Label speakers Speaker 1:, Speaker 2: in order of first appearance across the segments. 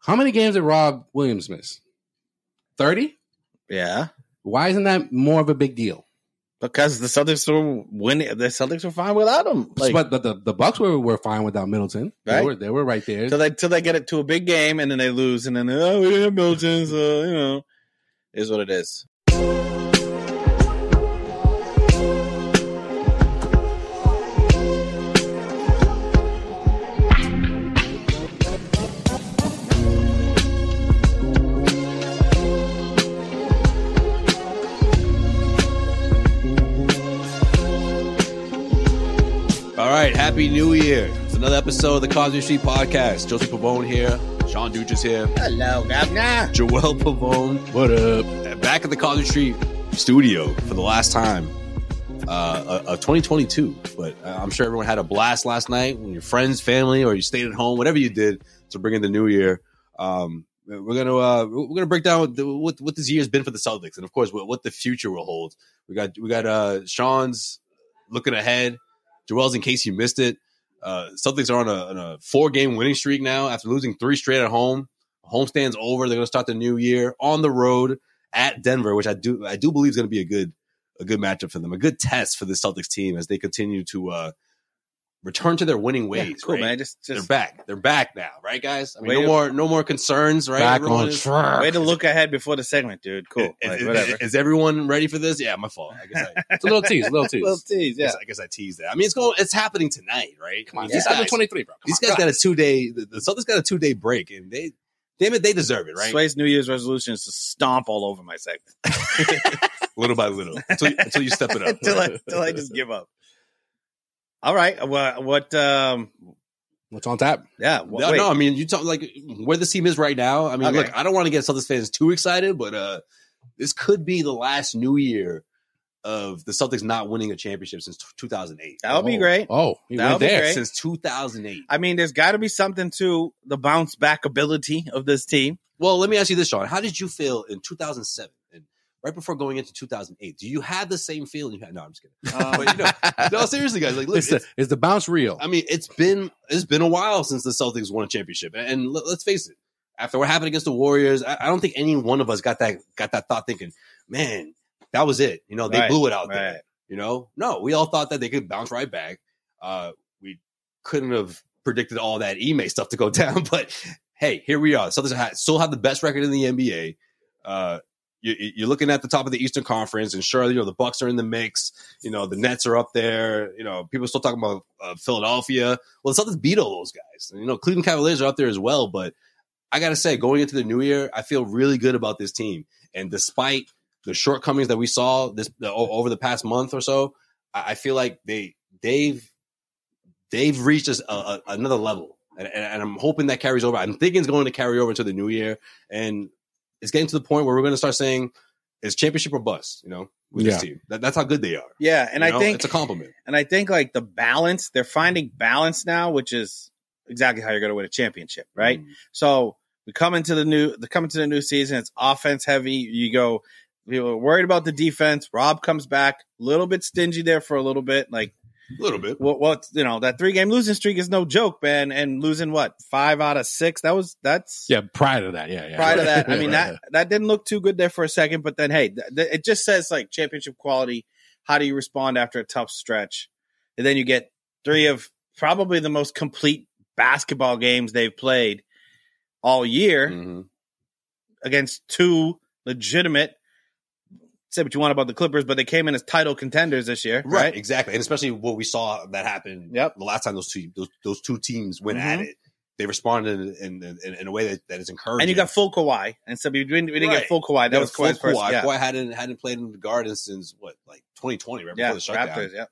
Speaker 1: How many games did Rob Williams miss? 30?
Speaker 2: Yeah,
Speaker 1: Why isn't that more of a big deal?
Speaker 2: because the Celtics were winning. The Celtics were fine without him. Like,
Speaker 1: but the, the, the Bucks were, were fine without Middleton. They,
Speaker 2: Right.
Speaker 1: were, they were right there.
Speaker 2: till they till they get it to a big game and then they lose and then oh we didn't have Middleton, so you know, is what it is.
Speaker 3: All right, happy new year. It's another episode of the Cosby Street Podcast. Josie Pavone here, Sean Duch is here,
Speaker 2: Hello, Governor.
Speaker 3: Joel Pavone
Speaker 1: what up?
Speaker 3: uh, back at the Cosby Street studio for the last time uh, of 2022. But uh, I'm sure everyone had a blast last night when your friends, family, or you stayed at home, whatever you did to bring in the new year. Um, we're gonna uh, we're gonna break down what, what what this year's been for the Celtics, and of course, what, what the future will hold. We got we got uh, Sean's looking ahead. Joel's, in case you missed it, uh, Celtics are on a, on a four game winning streak now after losing three straight at home. Homestand's over. They're going to start the new year on the road at Denver, which I do I do believe is going to be a good a good matchup for them, a good test for the Celtics team as they continue to uh, return to their winning ways.
Speaker 2: Yeah, cool
Speaker 3: right?
Speaker 2: man. Just just
Speaker 3: They're back. They're back now, right, guys? I mean,
Speaker 2: Way
Speaker 3: no
Speaker 2: to-
Speaker 3: more no more concerns, right?
Speaker 1: Back
Speaker 3: Everyone
Speaker 1: on
Speaker 3: is-
Speaker 1: track.
Speaker 2: way to look ahead before the segment, dude. Cool.
Speaker 3: Is,
Speaker 2: Like,
Speaker 3: is-
Speaker 2: whatever.
Speaker 3: is everyone ready for this? Yeah, my fault. I guess I,
Speaker 1: It's a little tease, a little
Speaker 2: Little
Speaker 1: tease.
Speaker 2: tease, yeah.
Speaker 3: I guess I teased that. I mean, it's going. It's happening tonight, right?
Speaker 1: Come on,
Speaker 3: I mean,
Speaker 1: it's under 23, bro. Come
Speaker 3: These
Speaker 1: on,
Speaker 3: guys
Speaker 1: relax.
Speaker 3: got a two day. The, the Celtics got a two day break, and they, damn it, they deserve it, right?
Speaker 2: Sway's New Year's resolution is to stomp all over my segment
Speaker 3: Little by little, until, you- until you step it up.
Speaker 2: until I until I just give up. All right. What? What? Um.
Speaker 1: What's on tap?
Speaker 2: Yeah. wh-
Speaker 3: no,
Speaker 2: wait.
Speaker 3: no, I mean, you talk like where this team is right now. I mean,
Speaker 2: Okay.
Speaker 3: look, I don't want to get Celtics fans too excited, but uh this could be the last New Year of the Celtics not winning a championship since 2008.
Speaker 2: That would be
Speaker 1: Oh.
Speaker 2: great.
Speaker 1: Oh, he
Speaker 2: That
Speaker 1: went
Speaker 2: would be
Speaker 1: there.
Speaker 2: great.
Speaker 3: Since 2008.
Speaker 2: I mean, there's got to be something to the bounce back ability of this team.
Speaker 3: Well, let me ask you this, Sean. How did you feel in 2007 and right before going into 2008? Do you have the same feeling you had? No, I'm just kidding. But, you know, no, seriously, guys. Like, look,
Speaker 1: Is the,
Speaker 3: it's-
Speaker 1: is the bounce real?
Speaker 3: I mean, it's been it's been a while since the Celtics won a championship, and, and let, us face it. After what happened against the Warriors, I, I don't think any one of us got that got that thought thinking, man, that was it. You know, they
Speaker 2: Right,
Speaker 3: blew it out there.
Speaker 2: right.
Speaker 3: You know, no, we all thought that they could bounce right back. Uh, we couldn't have predicted all that email stuff to go down, but hey, here we are. Celtics ha- still have the best record in the NBA. Uh, you, you're looking at the top of the Eastern Conference, and sure, you know the Bucks are in the mix. You know the Nets are up there. You know people are still talking about uh, Philadelphia. Well, the Celtics beat all those guys. And, you know Cleveland Cavaliers are up there as well. But I gotta say, going into the new year, I feel really good about this team. And despite the shortcomings that we saw this the, o- over the past month or so, I, I feel like they they've they've reached us a, a, another level, and, and, and I'm hoping that carries over. I'm thinking it's going to carry over to the new year, and it's getting to the point where we're going to start saying it's championship or bust. You know, with
Speaker 1: Yeah.
Speaker 3: this team, that, that's how good they are.
Speaker 2: Yeah, and
Speaker 3: You
Speaker 2: I
Speaker 3: know?
Speaker 2: think
Speaker 3: it's a compliment.
Speaker 2: and I think like the balance they're finding balance now, which is exactly how you're going to win a championship,
Speaker 3: Mm.
Speaker 2: right? So we come into the new the coming to the new season. It's offense heavy. You go. We were worried about the defense. Rob comes back a little bit stingy there for a little bit. Like
Speaker 3: a little bit.
Speaker 2: what? What you know that three game losing streak is no joke, man. And losing what five out of six? That was that's
Speaker 1: yeah, prior to that. Yeah, yeah.
Speaker 2: prior to that. I mean
Speaker 1: Right.
Speaker 2: that that didn't look too good there for a second, but then hey, th- th- it just says like championship quality. How do you respond after a tough stretch? And then you get three of probably the most complete basketball games they've played all year
Speaker 3: Mhm.
Speaker 2: against two legitimate. Say what you want about the Clippers, but they came in as title contenders this year,
Speaker 3: Right,
Speaker 2: right?
Speaker 3: exactly, and especially what we saw that happen.
Speaker 2: Yep.
Speaker 3: the last time those two those, those two teams went at
Speaker 2: Mhm.
Speaker 3: it, they responded in in, in, in a way that, that is encouraging.
Speaker 2: And you got full Kawhi, and so we didn't, we didn't
Speaker 3: Right.
Speaker 2: get full Kawhi. That
Speaker 3: Yeah,
Speaker 2: was
Speaker 3: full
Speaker 2: Kawhi's first,
Speaker 3: Kawhi.
Speaker 2: yeah,
Speaker 3: Kawhi hadn't hadn't played in the Garden since what, like 2020, right
Speaker 2: yeah,
Speaker 3: before the shutdown,
Speaker 2: Raptors, yeah.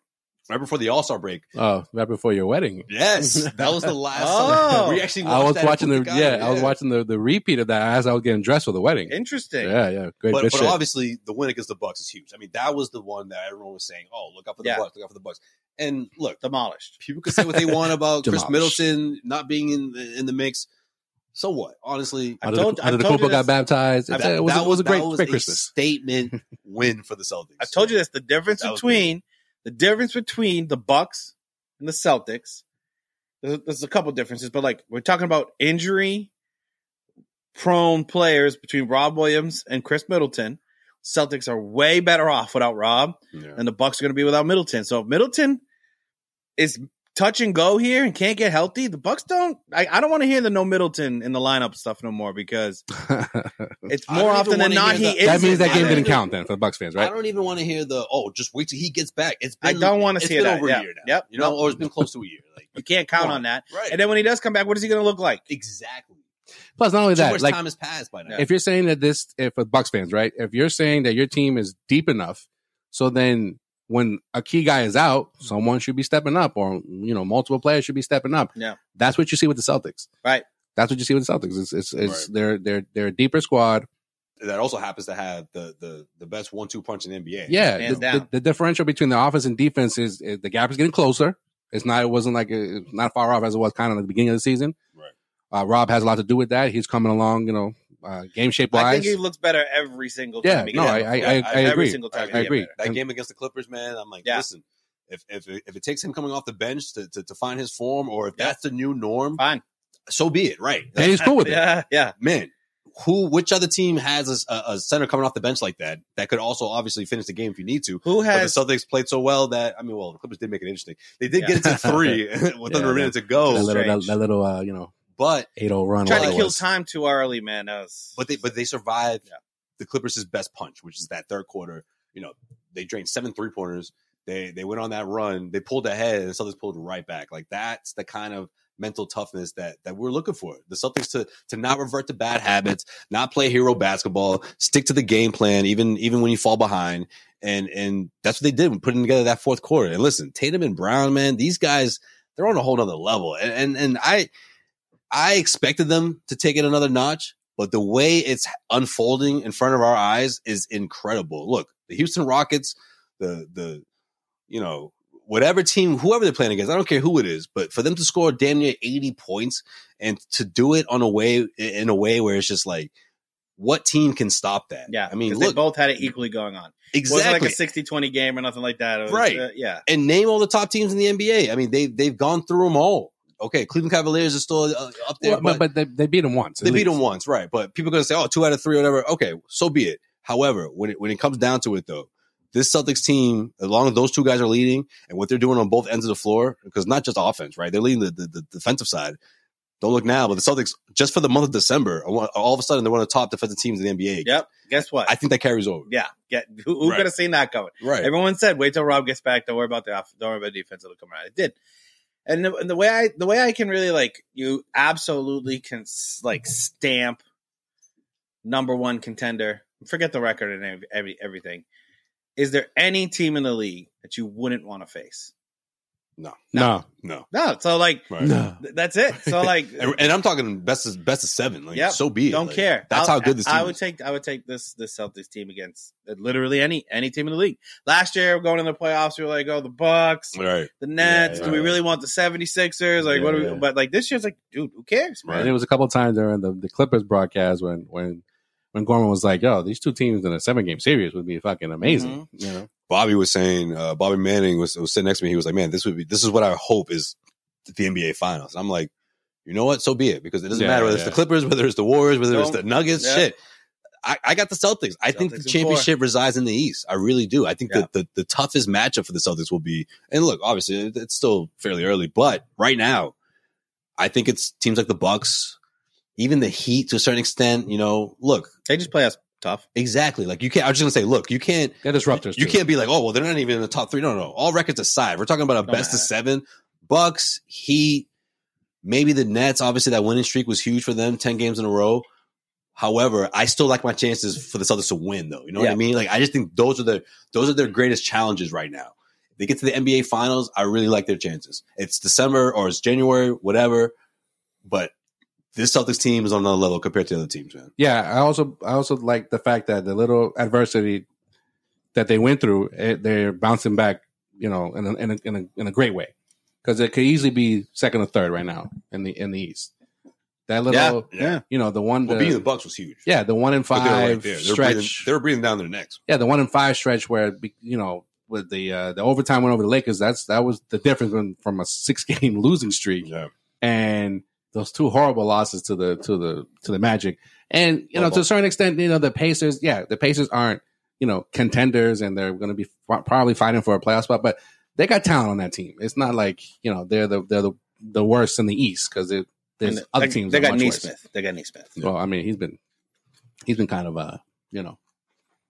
Speaker 3: right before the All Star break.
Speaker 1: Oh, right before your wedding.
Speaker 3: Yes, that was the last.
Speaker 2: Oh.
Speaker 3: we actually. Watched
Speaker 1: I was
Speaker 3: that
Speaker 1: watching the
Speaker 3: with guys,
Speaker 1: yeah, I was watching the, the repeat of that as I was getting dressed for the wedding.
Speaker 2: Interesting.
Speaker 1: Yeah, yeah, great.
Speaker 3: But,
Speaker 1: good
Speaker 3: but
Speaker 1: shit.
Speaker 3: obviously, the win against the Bucks is huge. I mean, that was the one that everyone was saying, "Oh, look out for the
Speaker 2: Yeah.
Speaker 3: Bucks! Look out for the Bucks!" And look,
Speaker 2: Demolished.
Speaker 3: people could say what they want about Chris
Speaker 1: Demolished.
Speaker 3: Middleton not being in the, in the mix. So what? Honestly,
Speaker 2: I
Speaker 1: Under
Speaker 2: told-
Speaker 1: the,
Speaker 2: I
Speaker 1: under the
Speaker 2: told you
Speaker 1: Copa got
Speaker 2: this-
Speaker 1: baptized. It's- it, was, a- it was a great,
Speaker 3: that was
Speaker 1: great
Speaker 3: a
Speaker 1: Christmas.
Speaker 3: statement win for the Celtics.
Speaker 2: I told you this. The difference
Speaker 3: That was
Speaker 2: between the difference between the Bucks and the Celtics. There's, there's a couple differences, but like we're talking about injury, prone players between Rob Williams and Chris Middleton. Celtics are way better off without Rob,
Speaker 3: Yeah.
Speaker 2: and the Bucks are going to be without Middleton. So if Middleton is touch and go here and can't get healthy, the Bucks don't. I, I don't want to hear the no Middleton in the lineup stuff no more because it's
Speaker 3: I don't
Speaker 2: more
Speaker 3: even
Speaker 2: often than
Speaker 3: wanna
Speaker 2: not he
Speaker 3: hear
Speaker 2: is.
Speaker 3: the-
Speaker 1: that means that
Speaker 3: I
Speaker 1: game
Speaker 3: don't
Speaker 1: didn't
Speaker 3: even-
Speaker 1: count then for the Bucks fans,
Speaker 3: I
Speaker 1: right?
Speaker 3: don't even want to hear the oh, just wait till he gets back. It's
Speaker 2: I
Speaker 3: been,
Speaker 2: don't want to
Speaker 3: it's
Speaker 2: see
Speaker 3: been
Speaker 2: that.
Speaker 3: over
Speaker 2: yeah.
Speaker 3: a year now,
Speaker 2: Yep.
Speaker 3: you know,
Speaker 2: Nope.
Speaker 3: or it's been close to a year. Like
Speaker 2: you can't count
Speaker 3: Come
Speaker 2: on that.
Speaker 3: right,
Speaker 2: And then when he does come back, what is he going to look like?
Speaker 3: exactly.
Speaker 1: Plus, not only
Speaker 3: Too
Speaker 1: that,
Speaker 3: much
Speaker 1: like
Speaker 3: time has passed by now.
Speaker 1: if you're saying that this if for Bucks fans, right? If you're saying that your team is deep enough, so then when a key guy is out, someone should be stepping up, or you know, multiple players should be stepping up.
Speaker 2: Yeah.
Speaker 1: that's what you see with the Celtics,
Speaker 2: Right.
Speaker 1: That's what you see with the Celtics. It's it's, it's they're they're they're a deeper squad.
Speaker 3: that also happens to have the the the best one two punch in the NBA.
Speaker 1: Yeah,
Speaker 2: Hands
Speaker 1: the,
Speaker 2: down.
Speaker 1: the, the differential between the offense and defense is, is the gap is getting closer. It's not it wasn't like it's not far off as it was kind of at the beginning of the season.
Speaker 3: Right.
Speaker 1: Uh, Rob has a lot to do with that. He's coming along, you know, uh, game shape
Speaker 2: I
Speaker 1: wise.
Speaker 2: think he looks better every single
Speaker 1: Yeah,
Speaker 2: time. he
Speaker 1: no,
Speaker 2: gets
Speaker 1: I-
Speaker 2: out.
Speaker 1: I-
Speaker 3: I- I
Speaker 2: every
Speaker 1: agree.
Speaker 2: single time.
Speaker 3: I
Speaker 2: he gets
Speaker 1: agree.
Speaker 2: better.
Speaker 3: That
Speaker 1: And-
Speaker 3: game against the Clippers, man, I'm like,
Speaker 2: Yeah.
Speaker 3: listen, if if if it takes him coming off the bench to to, to find his form, or if that's the new norm,
Speaker 2: Fine.
Speaker 3: so be it. Right,
Speaker 1: and he's cool with it.
Speaker 2: Yeah, yeah.
Speaker 3: man. Who? Which other team has a, a- a center coming off the bench like that? That could also obviously finish the game if you need to.
Speaker 2: Who
Speaker 3: But the
Speaker 2: has
Speaker 3: Celtics played so well that I mean, well, the Clippers did make it interesting. They did
Speaker 2: Yeah.
Speaker 3: get it to three with
Speaker 1: Yeah,
Speaker 3: under a minute to
Speaker 1: That
Speaker 3: go,
Speaker 1: little, that,
Speaker 2: strange.
Speaker 1: that little, uh, you know,
Speaker 3: but
Speaker 1: eight zero run. or
Speaker 2: tried to
Speaker 1: whatever it
Speaker 2: kill
Speaker 1: was.
Speaker 2: time too early, man? That was,
Speaker 3: but they but they survived
Speaker 2: Yeah.
Speaker 3: the Clippers' best punch, which is that third quarter. You know, they drained seven three pointers. They they went on that run. They pulled ahead, and the Celtics pulled right back. Like that's the kind of mental toughness that that we're looking for. The Celtics to to not revert to bad habits, not play hero basketball, stick to the game plan, even even when you fall behind. And and that's what they did, putting together that fourth quarter. And listen, Tatum and Brown, man, these guys they're on a whole nother level. And and, and I I expected them to take it another notch, but the way it's unfolding in front of our eyes is incredible. Look, the Houston Rockets, the the you know whatever team, whoever they're playing against, I don't care who it is, but for them to score damn near eighty points and to do it on a way in a way where it's just like, what team can stop that?
Speaker 2: yeah,
Speaker 3: I mean,
Speaker 2: 'cause
Speaker 3: look
Speaker 2: they both had it equally going on. It wasn't
Speaker 3: exactly.
Speaker 2: like a 60 20 game or nothing like that. It was,
Speaker 3: Right.
Speaker 2: uh, yeah.
Speaker 3: and name all the top teams in the NBA. I mean, they they've gone through them all. Okay, Cleveland Cavaliers are still uh, up there,
Speaker 1: Well, but, but they, they beat him once. at
Speaker 3: They beat
Speaker 1: least.
Speaker 3: them once, right? But people are gonna say, "Oh, two out of three, or whatever." Okay, so be it. However, when it when it comes down to it, though, this Celtics team, as long as those two guys are leading and what they're doing on both ends of the floor, because not just offense, right? They're leading the, the, the defensive side. Don't look now, but the Celtics just for the month of December, are one- all of a sudden they're one of the top defensive teams in the NBA.
Speaker 2: Yep. Guess what?
Speaker 3: I think that carries over.
Speaker 2: yeah. Get, who who
Speaker 3: Right.
Speaker 2: could have seen that coming?
Speaker 3: Right.
Speaker 2: Everyone said, "Wait till Rob gets back. Don't worry about the off- don't worry about the defense. It'll come around." It did, and the, and the way I the way I can really like you absolutely can s- like stamp number one contender. Forget the record and every, every everything. Is there any team in the league that you wouldn't want to face?
Speaker 1: No,
Speaker 3: No.
Speaker 2: No. So like
Speaker 3: Right.
Speaker 1: no.
Speaker 2: th- that's it. So like
Speaker 3: And, and I'm talking best of, best of seven. Like,
Speaker 2: Yep.
Speaker 3: so be it.
Speaker 2: don't
Speaker 3: Like,
Speaker 2: care.
Speaker 3: That's
Speaker 2: I'll-
Speaker 3: how good this team
Speaker 2: I would
Speaker 3: is.
Speaker 2: take. I would take this this Celtics team against uh, literally any any team in the league. Last year, going in the playoffs, we were like, "Oh, the Bucks,
Speaker 3: right.
Speaker 2: the Nets.
Speaker 3: Yeah,
Speaker 2: do we
Speaker 3: yeah.
Speaker 2: really want the 76ers? Like,
Speaker 3: Yeah,
Speaker 2: what do we?
Speaker 3: yeah.
Speaker 2: But like this year's like, dude, who cares, man?
Speaker 1: And it was a couple times during the, the Clippers broadcast when when when Gorman was like, "Yo, these two teams in a seven game series would be fucking amazing." You know,
Speaker 3: Bobby was saying, uh, Bobby Manning was, was sitting next to me. He was like, man, this would be, this is what I hope is the NBA finals. And I'm like, you know what? So be it. Because it doesn't
Speaker 1: Yeah,
Speaker 3: matter whether
Speaker 1: yeah.
Speaker 3: it's the Clippers, whether it's the Warriors, whether it's
Speaker 2: Don't-
Speaker 3: the Nuggets,
Speaker 2: yeah.
Speaker 3: shit. I, I got the Celtics. I
Speaker 2: Celtics
Speaker 3: think the
Speaker 2: in four.
Speaker 3: championship resides in the East. I really do. I think
Speaker 2: Yeah.
Speaker 3: that the, the toughest matchup for the Celtics will be, and look, obviously it- it's still fairly early, but right now, I think it's teams like the Bucks, even the Heat to a certain extent. You know, look,
Speaker 2: They just play us tough.
Speaker 3: exactly. Like you can't. I was just gonna say, look, you can't
Speaker 1: they're disruptors.
Speaker 3: you
Speaker 1: too.
Speaker 3: can't be like, oh well, they're not even in the top three. No, no, no. All records aside, we're talking about a
Speaker 2: Don't
Speaker 3: best of
Speaker 2: matter.
Speaker 3: seven. Bucks, Heat, maybe the Nets. Obviously, that winning streak was huge for them, ten games in a row. However, I still like my chances for the Celtics to win, though. You know what I
Speaker 2: Yeah.
Speaker 3: mean? Like, I just think those are their those are their greatest challenges right now. If they get to the NBA Finals, I really like their chances. It's December or it's January, whatever. But this Celtics team is on another level compared to the other teams, man.
Speaker 1: yeah, I also I also like the fact that the little adversity that they went through, eh, they're bouncing back, you know, in a, in a, in a, in a great way because it could easily be second or third right now in the in the East. That little,
Speaker 3: Yeah. Yeah.
Speaker 1: you know, the one, the-
Speaker 3: Well, beating the Bucks was huge.
Speaker 1: yeah, the one in
Speaker 3: But
Speaker 1: five
Speaker 3: they're right there. They're
Speaker 1: stretch,
Speaker 3: breathing, they're breathing down their necks.
Speaker 1: yeah, the one in five stretch where be- you know with the uh, the overtime went over the Lakers. That's that was the difference when, from a six game losing streak
Speaker 3: Yeah.
Speaker 1: and those two horrible losses to the to the to the Magic, and you know to
Speaker 3: Horrible.
Speaker 1: a certain extent, you know the Pacers. Yeah, the Pacers aren't you know contenders, and they're going to be fi- probably fighting for a playoff spot. But they got talent on that team. It's not like you know they're the they're the, the worst in the East because there's
Speaker 2: And
Speaker 1: other
Speaker 2: they,
Speaker 1: teams.
Speaker 2: They
Speaker 1: that are
Speaker 2: got
Speaker 1: much worse.
Speaker 2: Neesmith. They got Neesmith.
Speaker 1: Well, I mean he's been he's been kind of uh you know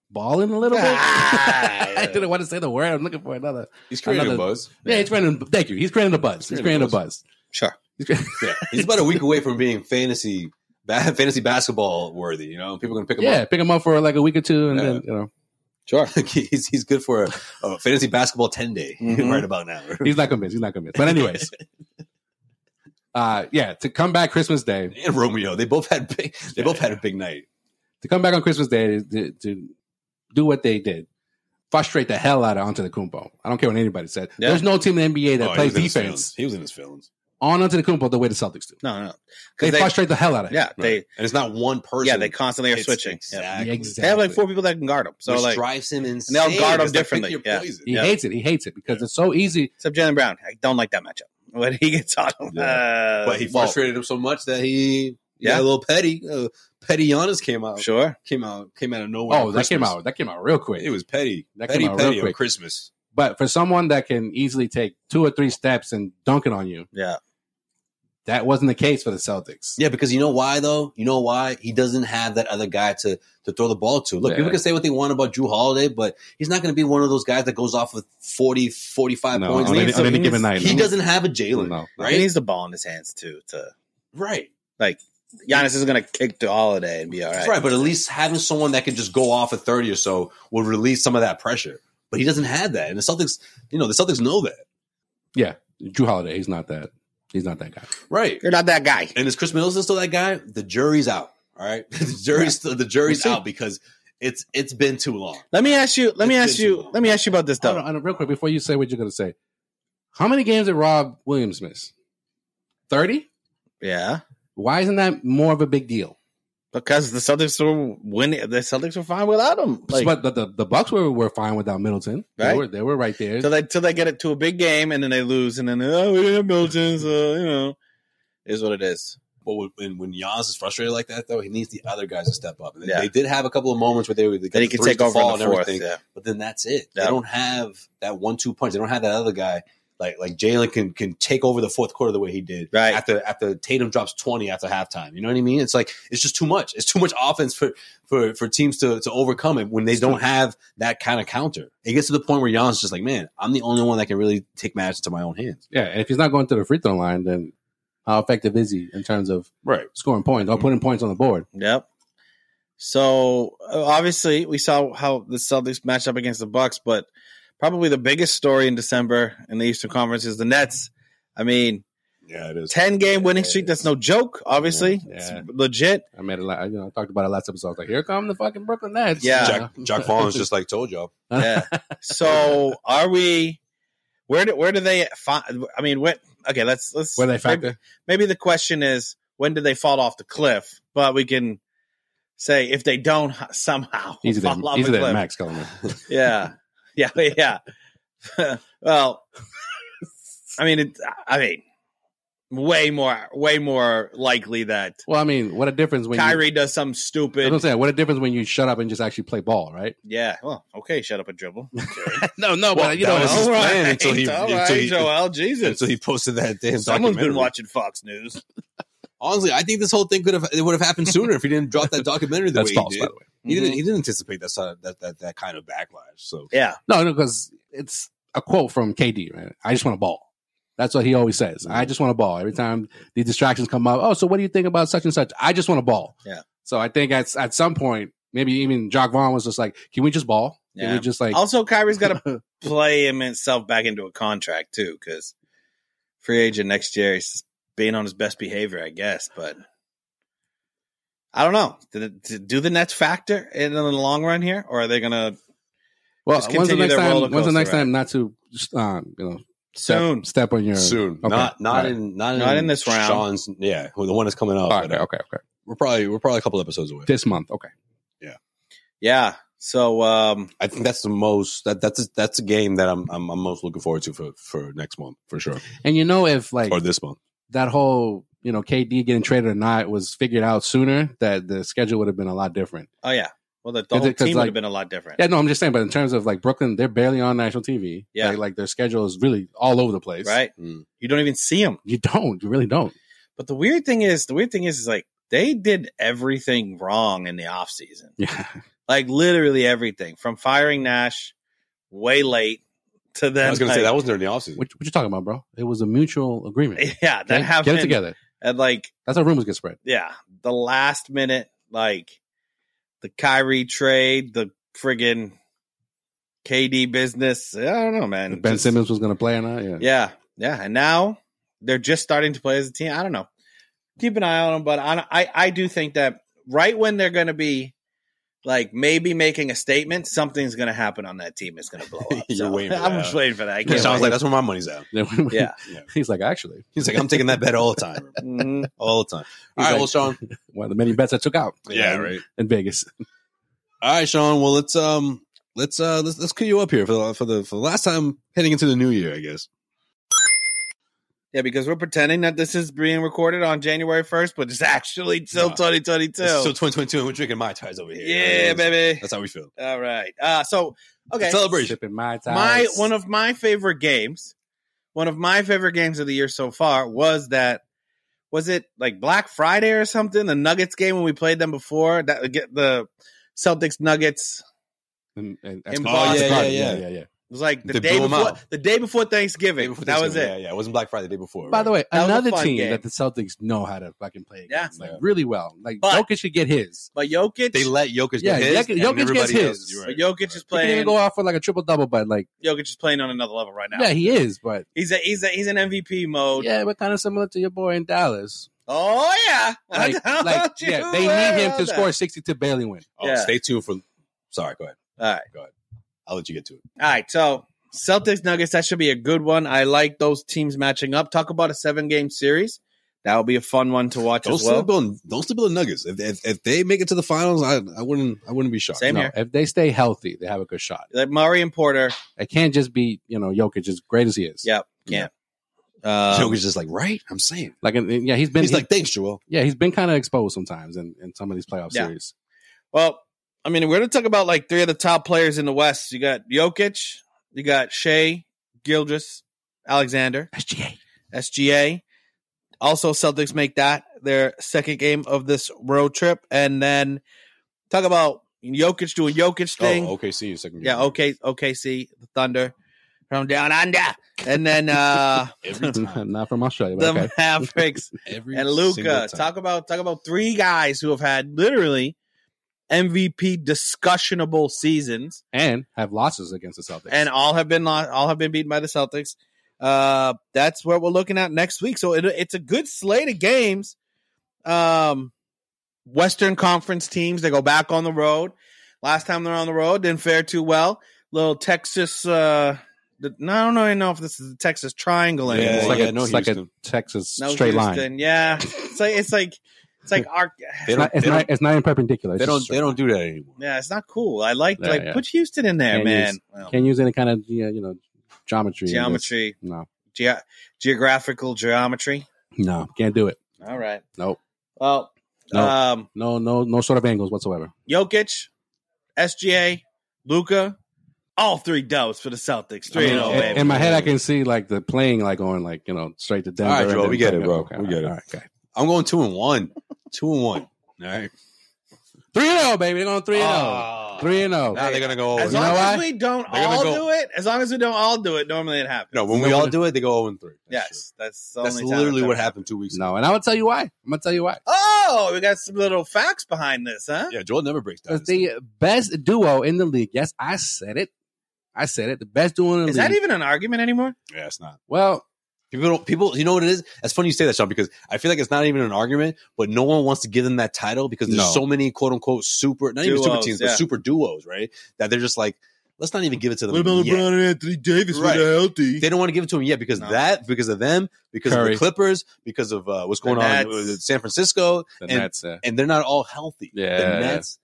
Speaker 1: balling a little bit.
Speaker 2: Ah,
Speaker 1: I didn't want to say the word. I'm looking for another.
Speaker 3: He's creating
Speaker 1: Another-
Speaker 3: a buzz.
Speaker 1: Yeah, he's creating. Thank you. He's creating a buzz. He's creating a buzz.
Speaker 2: Sure.
Speaker 1: He's creating-
Speaker 3: Yeah, he's about a week away from being fantasy ba- fantasy basketball worthy. You know, people are gonna pick him
Speaker 1: yeah, pick him up for like a week or two, and
Speaker 3: Yeah.
Speaker 1: then you know
Speaker 2: Sure.
Speaker 3: up. he's he's good for a, a fantasy basketball ten day
Speaker 2: Mhm.
Speaker 3: right about now.
Speaker 1: Mm-hmm. he's not convinced. He's not convinced. But anyways, uh, yeah, to come back Christmas Day,
Speaker 3: and Romeo, they both had big, they both had a big night.
Speaker 1: to come back on Christmas Day to, to do what they did, frustrate the hell out of onto the Kumpo. I don't care what anybody said.
Speaker 2: Yeah.
Speaker 1: There's no team in the NBA that
Speaker 3: Oh, he
Speaker 1: plays
Speaker 3: was in his feelings.
Speaker 1: defense
Speaker 3: He was in his feelings,
Speaker 1: on onto the Kumpo the way the Celtics do.
Speaker 2: No, no.
Speaker 1: They,
Speaker 2: Because they,
Speaker 1: frustrate the hell out of him.
Speaker 2: yeah, they
Speaker 3: and it's not one person.
Speaker 2: yeah, they constantly are
Speaker 3: It's
Speaker 2: switching. Yeah.
Speaker 3: Exactly.
Speaker 1: Exactly.
Speaker 2: They have like four people that can guard them. So
Speaker 3: Which
Speaker 2: like,
Speaker 3: drives him insane.
Speaker 2: they'll guard him
Speaker 3: It's like, pick
Speaker 2: differently.
Speaker 3: your
Speaker 2: Yeah.
Speaker 3: poison.
Speaker 1: He
Speaker 2: Yeah.
Speaker 1: hates it. He hates it because it's so easy.
Speaker 2: except Jalen Brown, I don't like that matchup when he gets on him.
Speaker 3: Yeah.
Speaker 2: Uh,
Speaker 3: But he
Speaker 2: well,
Speaker 3: frustrated him so much that he yeah,
Speaker 2: Yeah.
Speaker 3: a little petty. Uh, petty Giannis came out,
Speaker 2: Sure.
Speaker 3: came out, came out of nowhere.
Speaker 1: Oh,
Speaker 3: on
Speaker 1: that came
Speaker 3: Christmas.
Speaker 1: out. That came out real quick.
Speaker 3: It was petty.
Speaker 1: That
Speaker 3: petty,
Speaker 1: came out real
Speaker 3: petty on
Speaker 1: quick.
Speaker 3: Christmas.
Speaker 1: But for someone that can easily take two or three steps and dunk it on you,
Speaker 2: Yeah.
Speaker 1: that wasn't the case for the Celtics.
Speaker 3: Yeah, because you know why though? You know why he doesn't have that other guy to to throw the ball to. Look,
Speaker 1: Yeah.
Speaker 3: people can say what they want about Drew Holiday, but he's not going to be one of those guys that goes off with 40, 45
Speaker 1: No,
Speaker 3: points.
Speaker 1: on any,
Speaker 2: needs
Speaker 1: on
Speaker 2: to-
Speaker 1: any
Speaker 2: he
Speaker 1: given night.
Speaker 2: needs-
Speaker 3: he doesn't have a Jalen,
Speaker 1: No.
Speaker 2: He
Speaker 3: right?
Speaker 2: needs the ball in his hands too. To
Speaker 3: Right.
Speaker 2: like, Giannis is gonna kick to Holiday and be all right.
Speaker 3: That's right, but at least having someone that can just go off at 30 or so will release some of that pressure. But he doesn't have that. And the Celtics, you know, the Celtics know that.
Speaker 1: Drew Holiday, he's not that. He's not that guy.
Speaker 3: Right.
Speaker 2: You're not that guy.
Speaker 3: And is Chris Middleton still that guy? The jury's out. All right. the jury's the jury's
Speaker 2: We'll see.
Speaker 3: out because it's it's been too long.
Speaker 2: Let me ask you. Let me
Speaker 3: It's
Speaker 2: ask
Speaker 3: been too
Speaker 2: you.
Speaker 3: long.
Speaker 2: Let me ask you about this
Speaker 1: Hold
Speaker 2: though.
Speaker 1: on, hold on, real quick before you say what you're going to say, how many games did Rob Williams miss? Thirty.
Speaker 2: Yeah,
Speaker 1: Why isn't that more of a big deal?
Speaker 2: because the Celtics were winning. The Celtics were fine without him. Like,
Speaker 1: but the, the, the Bucks were, were fine without Middleton.
Speaker 2: Right.
Speaker 1: They were they were right there.
Speaker 2: till they till they get it to a big game and then they lose and then oh we didn't have Middleton, so you know, is what it is.
Speaker 3: But when- when when Giannis is frustrated like that, though, he needs the other guys to step up. And they-
Speaker 2: Yeah.
Speaker 3: They did have a couple of moments where they were they got
Speaker 2: Then he
Speaker 3: the
Speaker 2: can
Speaker 3: threes
Speaker 2: take
Speaker 3: to
Speaker 2: over
Speaker 3: fall
Speaker 2: in the
Speaker 3: and
Speaker 2: fourth.
Speaker 3: everything.
Speaker 2: Yeah.
Speaker 3: but then that's it.
Speaker 2: Yeah.
Speaker 3: They don't have that one-two punch. They don't have that other guy like like Jalen can can take over the fourth quarter the way he did.
Speaker 2: Right.
Speaker 3: after after Tatum drops twenty after halftime. You know what I mean? It's like it's just too much. It's too much offense for for for teams to to overcome it when they don't have that kind of counter. It gets to the point where Giannis is just like, man, I'm the only one that can really take matters into my own hands.
Speaker 1: yeah, and if he's not going to the free throw line, then how effective is he in terms of
Speaker 3: Right.
Speaker 1: scoring points or putting points on the board?
Speaker 2: Yep. So uh, obviously we saw how the Celtics matched up against the Bucks, but probably the biggest story in December in the Eastern Conference is the Nets. I mean,
Speaker 3: Yeah, it is.
Speaker 2: ten game winning streak. That's no joke. Obviously,
Speaker 1: Yeah.
Speaker 2: it's
Speaker 1: Yeah.
Speaker 2: legit.
Speaker 1: I made a lot. You know, I talked about it last episode. I was like, here come the fucking Brooklyn Nets.
Speaker 2: Yeah.
Speaker 3: Jack, Jack Collins just like told y'all.
Speaker 2: Yeah. So are we? Where do where do they find? I mean, what? Okay, let's let's.
Speaker 1: Were they
Speaker 2: maybe,
Speaker 1: factor?
Speaker 2: maybe the question is when did they fall off the cliff? But we can say if they don't somehow
Speaker 1: Easy
Speaker 2: fall
Speaker 1: than,
Speaker 2: off
Speaker 1: easy
Speaker 2: the
Speaker 1: than
Speaker 2: cliff.
Speaker 1: Max Kellerman.
Speaker 2: Yeah, yeah, yeah. well, I mean, it, I mean, way more way more likely that
Speaker 1: Well, I mean, what a difference when
Speaker 2: Kyrie does something
Speaker 1: You, I
Speaker 2: stupid.
Speaker 1: was gonna say, what a difference when you shut up and just actually play ball, right?
Speaker 2: yeah. Well, okay. Shut up and dribble.
Speaker 1: No, no,
Speaker 3: Well, that was his
Speaker 2: All right,
Speaker 3: plan until he-
Speaker 2: all
Speaker 3: until
Speaker 2: right,
Speaker 3: he-
Speaker 2: Joel. Jesus.
Speaker 3: So he posted that damn.
Speaker 2: Someone's been
Speaker 3: documentary.
Speaker 2: watching Fox News.
Speaker 3: Honestly, I think this whole thing could have it would have happened sooner if he didn't drop that documentary the
Speaker 1: that's
Speaker 3: way
Speaker 1: false,
Speaker 3: he
Speaker 1: by
Speaker 3: did.
Speaker 1: the way.
Speaker 3: He didn't he didn't anticipate that sort of- that that, that kind of backlash. So
Speaker 2: Yeah,
Speaker 1: No, no, because it's a quote from KD, man. I just want a ball. That's what he always says. I just want a ball. Every time the distractions come up, oh, so what do you think about such and such? I just want a ball.
Speaker 2: Yeah.
Speaker 1: So I think at at some point, maybe even Jock Vaughn was just like, can we just ball? Can
Speaker 2: Yeah.
Speaker 1: we just like
Speaker 2: Also, Kyrie's got to play himself back into a contract too, because free agent next year. He's just being on his best behavior, I guess. But I don't know. Do the, do the Nets factor in the long run here, or are they gonna
Speaker 1: well,
Speaker 2: just
Speaker 1: when's the
Speaker 2: continue
Speaker 1: next
Speaker 2: their
Speaker 1: time?
Speaker 2: roller
Speaker 1: When's the
Speaker 2: coaster
Speaker 1: next
Speaker 2: ride?
Speaker 1: time not to just, um, you know step,
Speaker 2: soon?
Speaker 1: step on your
Speaker 3: soon,
Speaker 1: Okay.
Speaker 3: not not
Speaker 1: Right.
Speaker 3: in not in
Speaker 2: Not in this round.
Speaker 3: Sean's yeah, who- the one that's coming out.
Speaker 1: Oh,
Speaker 3: but,
Speaker 1: okay,
Speaker 3: uh,
Speaker 1: okay, okay.
Speaker 3: We're probably we're probably a couple episodes away.
Speaker 1: This month, okay.
Speaker 2: Yeah. So um,
Speaker 3: I think that's the most that that's a, that's a game that I'm, I'm I'm most looking forward to for for next month for sure
Speaker 1: And you know if like
Speaker 3: or this month.
Speaker 1: that whole you know KD getting traded or not was figured out sooner, that the schedule would have been a lot different.
Speaker 2: Oh yeah. Well, the, the
Speaker 1: Is
Speaker 2: whole
Speaker 1: it 'cause,
Speaker 2: team would
Speaker 1: like-
Speaker 2: have been a lot different.
Speaker 1: Yeah, no, I'm just saying. But in terms of like Brooklyn, they're barely on national TV.
Speaker 2: Yeah.
Speaker 1: like, like, their schedule is really all over the place.
Speaker 2: Right?
Speaker 3: Mm.
Speaker 2: You don't even see them.
Speaker 1: You don't. You really don't.
Speaker 2: But the weird thing is, the weird thing is, is like they did everything wrong in the off season.
Speaker 1: Yeah.
Speaker 2: Like literally everything from firing Nash way late to then.
Speaker 3: I was going to say
Speaker 2: like-
Speaker 3: that wasn't during the offseason.
Speaker 1: What, what you talking about, bro? It was a mutual agreement.
Speaker 2: Yeah, that
Speaker 1: Okay?
Speaker 2: happened.
Speaker 1: Get it together.
Speaker 2: And like,
Speaker 1: That's how rumors get spread.
Speaker 2: yeah, the last minute, like the Kyrie trade, the friggin' KD business. I don't know, man.
Speaker 1: If ben
Speaker 2: Just-
Speaker 1: Simmons was going to play or not. Yeah.
Speaker 2: Yeah, yeah, and now they're just starting to play as a team. I don't know. Keep an eye on them, but I I, I do think that right when they're going to be like maybe making a statement, something's going to happen on that team. It's going to blow up.
Speaker 3: You're waiting for
Speaker 2: I'm
Speaker 3: that.
Speaker 2: just waiting for that. I
Speaker 3: Which
Speaker 2: can't
Speaker 3: I was like,
Speaker 2: wait.
Speaker 3: that's where my money's at.
Speaker 2: yeah.
Speaker 1: He's like, actually,
Speaker 3: He's like, I'm taking that bet all the time,
Speaker 2: Mhm.
Speaker 3: all the time. All
Speaker 1: He's
Speaker 3: right,
Speaker 1: like-
Speaker 3: well, Sean.
Speaker 1: one of the many bets I took out.
Speaker 3: Yeah,
Speaker 1: in,
Speaker 3: right.
Speaker 1: In Vegas.
Speaker 3: All right, Sean. Well, let's um, let's uh, let's let's cue you up here for the for the for the last time heading into the new year, I guess.
Speaker 2: Yeah, because we're pretending that this is being recorded on January 1st, but it's actually still
Speaker 3: No.
Speaker 2: 2022.
Speaker 3: It's still 2022, and we're drinking my ties over here.
Speaker 2: yeah,
Speaker 3: That's-
Speaker 2: baby.
Speaker 3: That's how we feel.
Speaker 2: All right. Uh, so, okay.
Speaker 3: Celebration.
Speaker 1: Shipping my time.
Speaker 2: my one of my favorite games one of my favorite games of the year so far was that was it like black friday or something the nuggets game when we played them before that uh, get the celtics nuggets
Speaker 1: And, and, Boston.
Speaker 2: In
Speaker 1: yeah,
Speaker 2: Boston.
Speaker 3: Yeah,
Speaker 1: yeah,
Speaker 3: yeah,
Speaker 1: yeah, yeah.
Speaker 2: it was like the
Speaker 3: They
Speaker 2: day
Speaker 3: blew 'em
Speaker 2: before
Speaker 3: out.
Speaker 2: the day before
Speaker 3: Day
Speaker 2: thanksgiving
Speaker 3: before
Speaker 2: that was
Speaker 3: Thanksgiving.
Speaker 2: it
Speaker 3: Yeah, yeah. It wasn't Black Friday the day before.
Speaker 1: By the way,
Speaker 2: That was a
Speaker 1: another
Speaker 2: fun
Speaker 1: team
Speaker 2: game.
Speaker 1: that the Celtics know how to fucking play
Speaker 2: Yeah.
Speaker 1: against, like
Speaker 3: Yeah.
Speaker 1: really well. Like
Speaker 2: But-
Speaker 1: Jokic should get his.
Speaker 2: but jokic
Speaker 3: they let Jokic
Speaker 1: Yeah,
Speaker 3: get his.
Speaker 1: Jokic-
Speaker 3: and
Speaker 1: Jokic gets
Speaker 3: everybody
Speaker 1: his.
Speaker 3: else- you're
Speaker 2: but
Speaker 3: right.
Speaker 2: jokic is
Speaker 1: He can
Speaker 2: playing
Speaker 1: even go off for like a triple double, but like,
Speaker 2: jokic is playing on another level right now
Speaker 1: yeah, he is. But
Speaker 2: he's a, he's a, he's in mvp mode
Speaker 1: yeah, but kind of similar to your boy in Dallas.
Speaker 2: oh yeah
Speaker 1: Like,
Speaker 2: Don't
Speaker 1: like
Speaker 2: you
Speaker 1: yeah, they need him
Speaker 2: worry
Speaker 1: to score
Speaker 2: about
Speaker 1: sixty to barely win.
Speaker 3: Oh,
Speaker 2: Yeah.
Speaker 3: Stay tuned for. Sorry, go ahead.
Speaker 2: that. all right
Speaker 3: I'll let you get to it.
Speaker 2: All right, so Celtics Nuggets that should be a good one. I like those teams matching up. Talk about a seven game series. That would be a fun one to watch
Speaker 3: Don't
Speaker 2: as well.
Speaker 3: sleep on don't sleep on the Nuggets. If, if if they make it to the finals, I I wouldn't I wouldn't be shocked.
Speaker 2: Same
Speaker 1: No,
Speaker 2: here.
Speaker 1: if they stay healthy, they have a good shot.
Speaker 2: Like Murray and Porter.
Speaker 1: It can't just be you know Jokic as great as he is.
Speaker 2: Yep, can't.
Speaker 3: Um,
Speaker 2: Um,
Speaker 3: Jokic is just like right. I'm saying
Speaker 1: like and- and yeah, he's been
Speaker 3: he's
Speaker 1: he-
Speaker 3: like thanks, Joel.
Speaker 1: yeah, he's been kind of exposed sometimes in, in some of these playoff
Speaker 2: Yeah.
Speaker 1: series.
Speaker 2: well, I mean, we're going to talk about like three of the top players in the West. You got Jokic, you got Shea, Gilgis, Alexander,
Speaker 1: SGA.
Speaker 2: SGA. Also, Celtics make that their second game of this road trip. And then talk about Jokic doing Jokic thing.
Speaker 3: Oh, okay. See you second.
Speaker 2: Yeah, okay, OKC, the Thunder from down under, and then uh
Speaker 3: Every time.
Speaker 1: Not from Australia, but
Speaker 2: the
Speaker 1: okay.
Speaker 2: Mavericks
Speaker 3: Every
Speaker 2: and
Speaker 3: single
Speaker 2: Luca.
Speaker 3: time.
Speaker 2: Talk about talk about three guys who have had literally MVP discussionable seasons,
Speaker 1: and have losses against the Celtics.
Speaker 2: and all have been lo- all have been beaten by the Celtics. Uh, that's what we're looking at next week. So it, it's a good slate of games. Um, Western Conference teams they go back on the road. Last time they're on the road, didn't fare too well. Little Texas. Uh, the, no, I don't really know if this is the Texas Triangle
Speaker 3: Yeah,
Speaker 2: anymore.
Speaker 1: it's like,
Speaker 3: yeah,
Speaker 1: a,
Speaker 3: no
Speaker 1: it's like a
Speaker 3: Houston.
Speaker 1: Texas
Speaker 2: no
Speaker 1: straight line.
Speaker 2: Houston. Yeah, it's like it's like it's like arc.
Speaker 3: They
Speaker 1: It's not,
Speaker 3: don't.
Speaker 1: it's,
Speaker 3: They
Speaker 1: not,
Speaker 3: don't.
Speaker 1: it's not in perpendicular. It's
Speaker 3: They
Speaker 1: just
Speaker 3: don't,
Speaker 1: straight
Speaker 3: they don't do that anymore.
Speaker 2: Yeah, it's not cool. I like
Speaker 1: Yeah,
Speaker 2: like
Speaker 1: yeah.
Speaker 2: put Houston in there,
Speaker 1: Can't
Speaker 2: man.
Speaker 1: use-
Speaker 2: Well,
Speaker 1: line. Can't use any kind of you know, you know, geometry. in this.
Speaker 2: geometry,
Speaker 1: No,
Speaker 2: ge- geographical geometry.
Speaker 1: no, can't do it.
Speaker 2: All right.
Speaker 1: Nope.
Speaker 2: Well,
Speaker 1: No.
Speaker 2: um,
Speaker 1: No, no, no sort of angles whatsoever.
Speaker 2: Jokic, SGA, Luca, all three dubs for the Celtics. Three
Speaker 1: I mean,
Speaker 2: and zero,
Speaker 1: in,
Speaker 2: baby.
Speaker 1: in my head, I can see like the playing like going like you know straight to Denver.
Speaker 3: All right,
Speaker 1: and
Speaker 3: Joel,
Speaker 1: then-
Speaker 3: we get it, bro.
Speaker 1: Okay,
Speaker 3: We get it.
Speaker 1: All right, okay.
Speaker 3: I'm going two and one. two and one. All right.
Speaker 1: Three and zero, baby. They're going three and zero.
Speaker 3: Oh.
Speaker 1: Three and zero.
Speaker 3: Now they're gonna go.
Speaker 2: Ah. As
Speaker 3: Over.
Speaker 1: You
Speaker 2: long
Speaker 1: know why?
Speaker 2: as we don't
Speaker 3: They're gonna
Speaker 2: all
Speaker 3: go-
Speaker 2: do it, as long as we don't all do it, normally it happens.
Speaker 3: no, when we
Speaker 1: No
Speaker 3: all
Speaker 1: one-
Speaker 3: do it, they go zero and three.
Speaker 2: yes, that's the
Speaker 3: That's
Speaker 2: only time
Speaker 3: literally
Speaker 2: it's
Speaker 3: what
Speaker 2: ever-
Speaker 3: happened two weeks ago.
Speaker 1: No, and I will tell you why. I'm gonna tell you why.
Speaker 2: Oh, we got some little facts behind this, huh?
Speaker 3: Yeah, Joel never breaks down.
Speaker 1: It's the best duo in the league. Yes, I said it. I said it. The best duo in the
Speaker 2: Is
Speaker 1: league.
Speaker 2: that even an argument anymore?
Speaker 3: yeah, it's not.
Speaker 1: well,
Speaker 3: People don't. People, you know what it is? That's funny you say that, Sean, because I feel like it's not even an argument, but no one wants to give them that title because there's
Speaker 1: No.
Speaker 3: so many quote unquote super, not even super
Speaker 2: Duos,
Speaker 3: teams,
Speaker 2: yeah.
Speaker 3: but super duos, right? That they're just like, let's not even give it to them. yet.
Speaker 2: and Anthony Davis
Speaker 3: when Right. they're
Speaker 2: healthy?
Speaker 3: They don't want to give it to them yet because
Speaker 2: No.
Speaker 3: that, because of them, because of
Speaker 1: Curry.
Speaker 3: the Clippers, because of uh, what's
Speaker 2: The
Speaker 3: going on
Speaker 2: Nets.
Speaker 3: with San Francisco,
Speaker 1: the
Speaker 3: and,
Speaker 1: Nets. Uh,
Speaker 3: and they're not all healthy.
Speaker 1: Yeah.
Speaker 3: the Nets.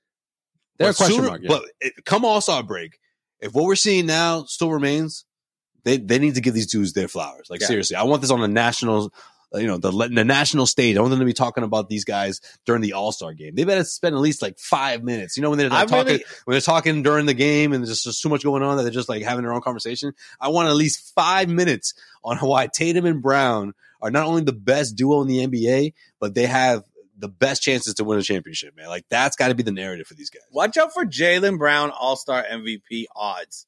Speaker 1: they're a
Speaker 3: But
Speaker 1: question
Speaker 3: sooner-
Speaker 1: mark. yeah.
Speaker 3: But it, come All Star break, if what we're seeing now still remains, they they need to give these dudes their flowers. Like
Speaker 2: Yeah.
Speaker 3: seriously, I want this on a national uh, you know, the, the national stage. I want them to be talking about these guys during the All Star game. They better spend at least like five minutes. You know, when they're
Speaker 2: I
Speaker 3: like, talking,
Speaker 2: really-
Speaker 3: when they're talking during the game and there's just too much going on that they're just like having their own conversation. I want at least five minutes on why Tatum and Brown are not only the best duo in the NBA, but they have the best chances to win a championship, man. Like that's got to be the narrative for these guys.
Speaker 2: Watch out for Jalen Brown All Star MVP odds,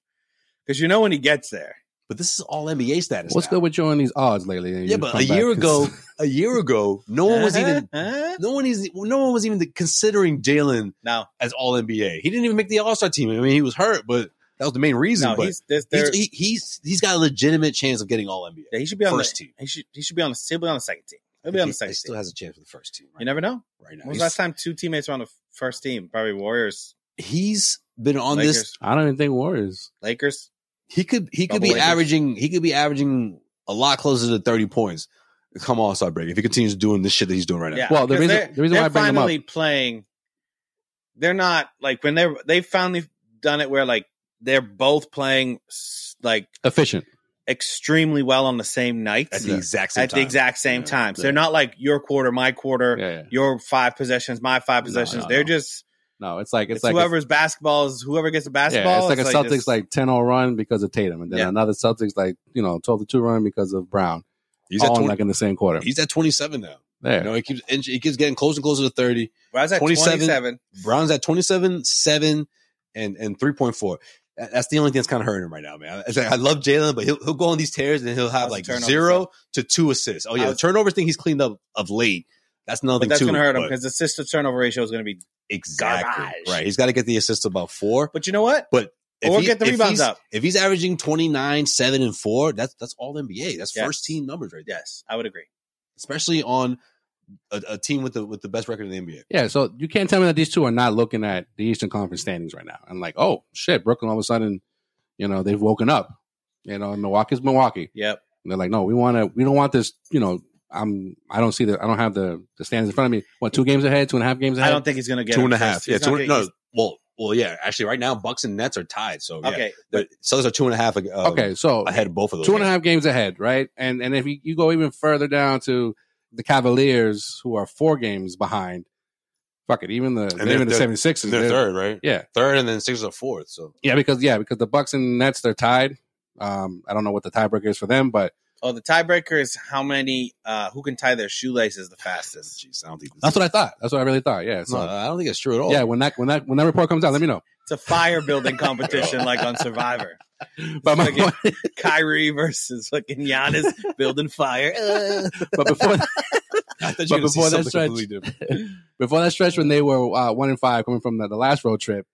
Speaker 2: because you know when he gets there.
Speaker 3: But this is all NBA status.
Speaker 1: What's
Speaker 3: now.
Speaker 1: good with you on these odds lately? And
Speaker 3: Yeah,
Speaker 1: you
Speaker 3: but
Speaker 1: come
Speaker 3: a year
Speaker 1: back-
Speaker 3: ago, a year ago, no one was
Speaker 2: Uh-huh,
Speaker 3: even
Speaker 2: Huh?
Speaker 3: no one is no one was even considering Jalen
Speaker 2: no,
Speaker 3: as All NBA. He didn't even make the All Star team. I mean, he was hurt, but that was the main reason.
Speaker 2: no,
Speaker 3: but
Speaker 2: he's this.
Speaker 3: he's,
Speaker 2: There,
Speaker 3: he, he's he's got a legitimate chance of getting All NBA.
Speaker 2: yeah, he should be on
Speaker 3: first
Speaker 2: the
Speaker 3: team.
Speaker 2: He should he should be on the he'll be on the second team. He'll be on
Speaker 3: He-
Speaker 2: the second
Speaker 3: he still
Speaker 2: team.
Speaker 3: has a chance for the first team. Right,
Speaker 2: You never know.
Speaker 3: right
Speaker 2: When
Speaker 3: now,
Speaker 2: was the
Speaker 3: he's,
Speaker 2: last time two teammates were on the first team? Probably Warriors,
Speaker 3: he's been on
Speaker 2: Lakers,
Speaker 3: this.
Speaker 1: I don't even think Warriors.
Speaker 2: Lakers.
Speaker 3: He could he could
Speaker 2: Double
Speaker 3: be
Speaker 2: Lakers.
Speaker 3: averaging he could be averaging a lot closer to thirty points. Come All Star break if he continues doing this shit that he's doing right now.
Speaker 2: Yeah.
Speaker 1: Well, the
Speaker 2: 'cause
Speaker 1: reason-
Speaker 2: they're-
Speaker 1: the reason
Speaker 2: they're
Speaker 1: why I bring them up-
Speaker 2: finally playing, they're not like when they're they finally done it where like they're both playing s- like
Speaker 1: Efficient.
Speaker 2: extremely well on the same night
Speaker 3: At the exact same
Speaker 2: at
Speaker 3: time.
Speaker 2: the exact same
Speaker 3: Yeah.
Speaker 2: time. So
Speaker 3: Yeah.
Speaker 2: they're not like your quarter, my quarter,
Speaker 1: Yeah, yeah.
Speaker 2: your five possessions, my five
Speaker 1: No,
Speaker 2: possessions.
Speaker 1: no,
Speaker 2: they're
Speaker 1: no.
Speaker 2: just
Speaker 1: No, it's like it's,
Speaker 2: it's,
Speaker 1: like
Speaker 2: whoever's basketball is whoever gets the basketball.
Speaker 1: Yeah, it's like a Celtics
Speaker 2: this-
Speaker 1: like 10 0 run because of Tatum, and then
Speaker 2: Yeah.
Speaker 1: another Celtics like you know 12 2 run because of Brown.
Speaker 3: He's
Speaker 1: all
Speaker 3: at
Speaker 1: in,
Speaker 3: twenty.
Speaker 1: like in the same quarter.
Speaker 3: he's at twenty seven now.
Speaker 1: There,
Speaker 3: You know, he keeps inch- he keeps getting closer and closer to thirty.
Speaker 2: Brown's at
Speaker 3: 27.
Speaker 2: 27.
Speaker 3: Brown's at 27, 7, and, and 3.4. That- That's the only thing that's kind of hurting him right now, man. It's like, I love Jalen, but he'll, he'll go on these tears and he'll have
Speaker 2: How's
Speaker 3: like
Speaker 2: the turnovers
Speaker 3: zero to two assists. Oh, yeah.
Speaker 2: How's-
Speaker 3: the turnovers thing he's cleaned up of late. That's another
Speaker 2: But
Speaker 3: thing,
Speaker 2: that's
Speaker 3: too.
Speaker 2: going to hurt him
Speaker 3: but-
Speaker 2: because the assist to turnover ratio is going to be.
Speaker 3: Exactly.
Speaker 2: garbage.
Speaker 3: Right. He's got to get the assists about four.
Speaker 2: But you know what? Or get the rebounds
Speaker 3: he's-
Speaker 2: up.
Speaker 3: If he's averaging 29, 7, and 4, that's that's all NBA. That's
Speaker 2: Yes.
Speaker 3: first team numbers right there,
Speaker 2: Yes, I would agree.
Speaker 3: especially on a, a team with the with the best record in the NBA.
Speaker 1: yeah. So you can't tell me that these two are not looking at the Eastern Conference standings right now and like, oh shit, Brooklyn all of a sudden, you know, they've woken up. You know, Milwaukee's Milwaukee.
Speaker 2: Yep.
Speaker 1: And they're like, no, we want to, we don't want this. You know, I'm, I don't see the, I don't have the the standings in front of me. What two games ahead, two and a half games ahead?
Speaker 2: I don't think he's going to get
Speaker 3: Two and a
Speaker 2: him
Speaker 3: half,
Speaker 2: first. He's
Speaker 3: Yeah, two
Speaker 2: not
Speaker 3: and,
Speaker 2: gonna-
Speaker 3: no. Well, well, yeah. Actually, right now, Bucks and Nets are tied. So yeah,
Speaker 2: Okay.
Speaker 3: but Celtics are two and a half. Um,
Speaker 1: okay, so
Speaker 3: ahead of both of those.
Speaker 1: two and a half games ahead, right? And and if you, you go even further down to the Cavaliers, who are four games behind, fuck it, even the
Speaker 3: they're-
Speaker 1: even the
Speaker 3: they're-
Speaker 1: 76ers.
Speaker 3: They're
Speaker 1: they're-
Speaker 3: third, right?
Speaker 1: Yeah.
Speaker 3: Third, and then Sixers are fourth. So
Speaker 1: Yeah, because yeah, because the Bucks and Nets they're tied. Um, I don't know what the tiebreaker is for them, but
Speaker 2: Oh, the tiebreaker is how many, uh, who can tie their shoelaces the fastest.
Speaker 3: jeez, I don't think
Speaker 1: that's what I thought. That's what I really thought. Yeah.
Speaker 3: No,
Speaker 1: So
Speaker 3: I don't think it's true at all.
Speaker 1: yeah, when that when that when that report comes out, let me know.
Speaker 2: It's a fire building competition like on Survivor.
Speaker 1: But my
Speaker 2: Like
Speaker 1: point,
Speaker 2: Kyrie versus fucking Giannis building fire. Uh,
Speaker 1: but before
Speaker 3: I
Speaker 1: But
Speaker 3: thought you were gonna
Speaker 1: before that
Speaker 3: say something
Speaker 1: stretch-
Speaker 3: completely different.
Speaker 1: before that stretch when they were uh, one and five coming from the, the last road trip,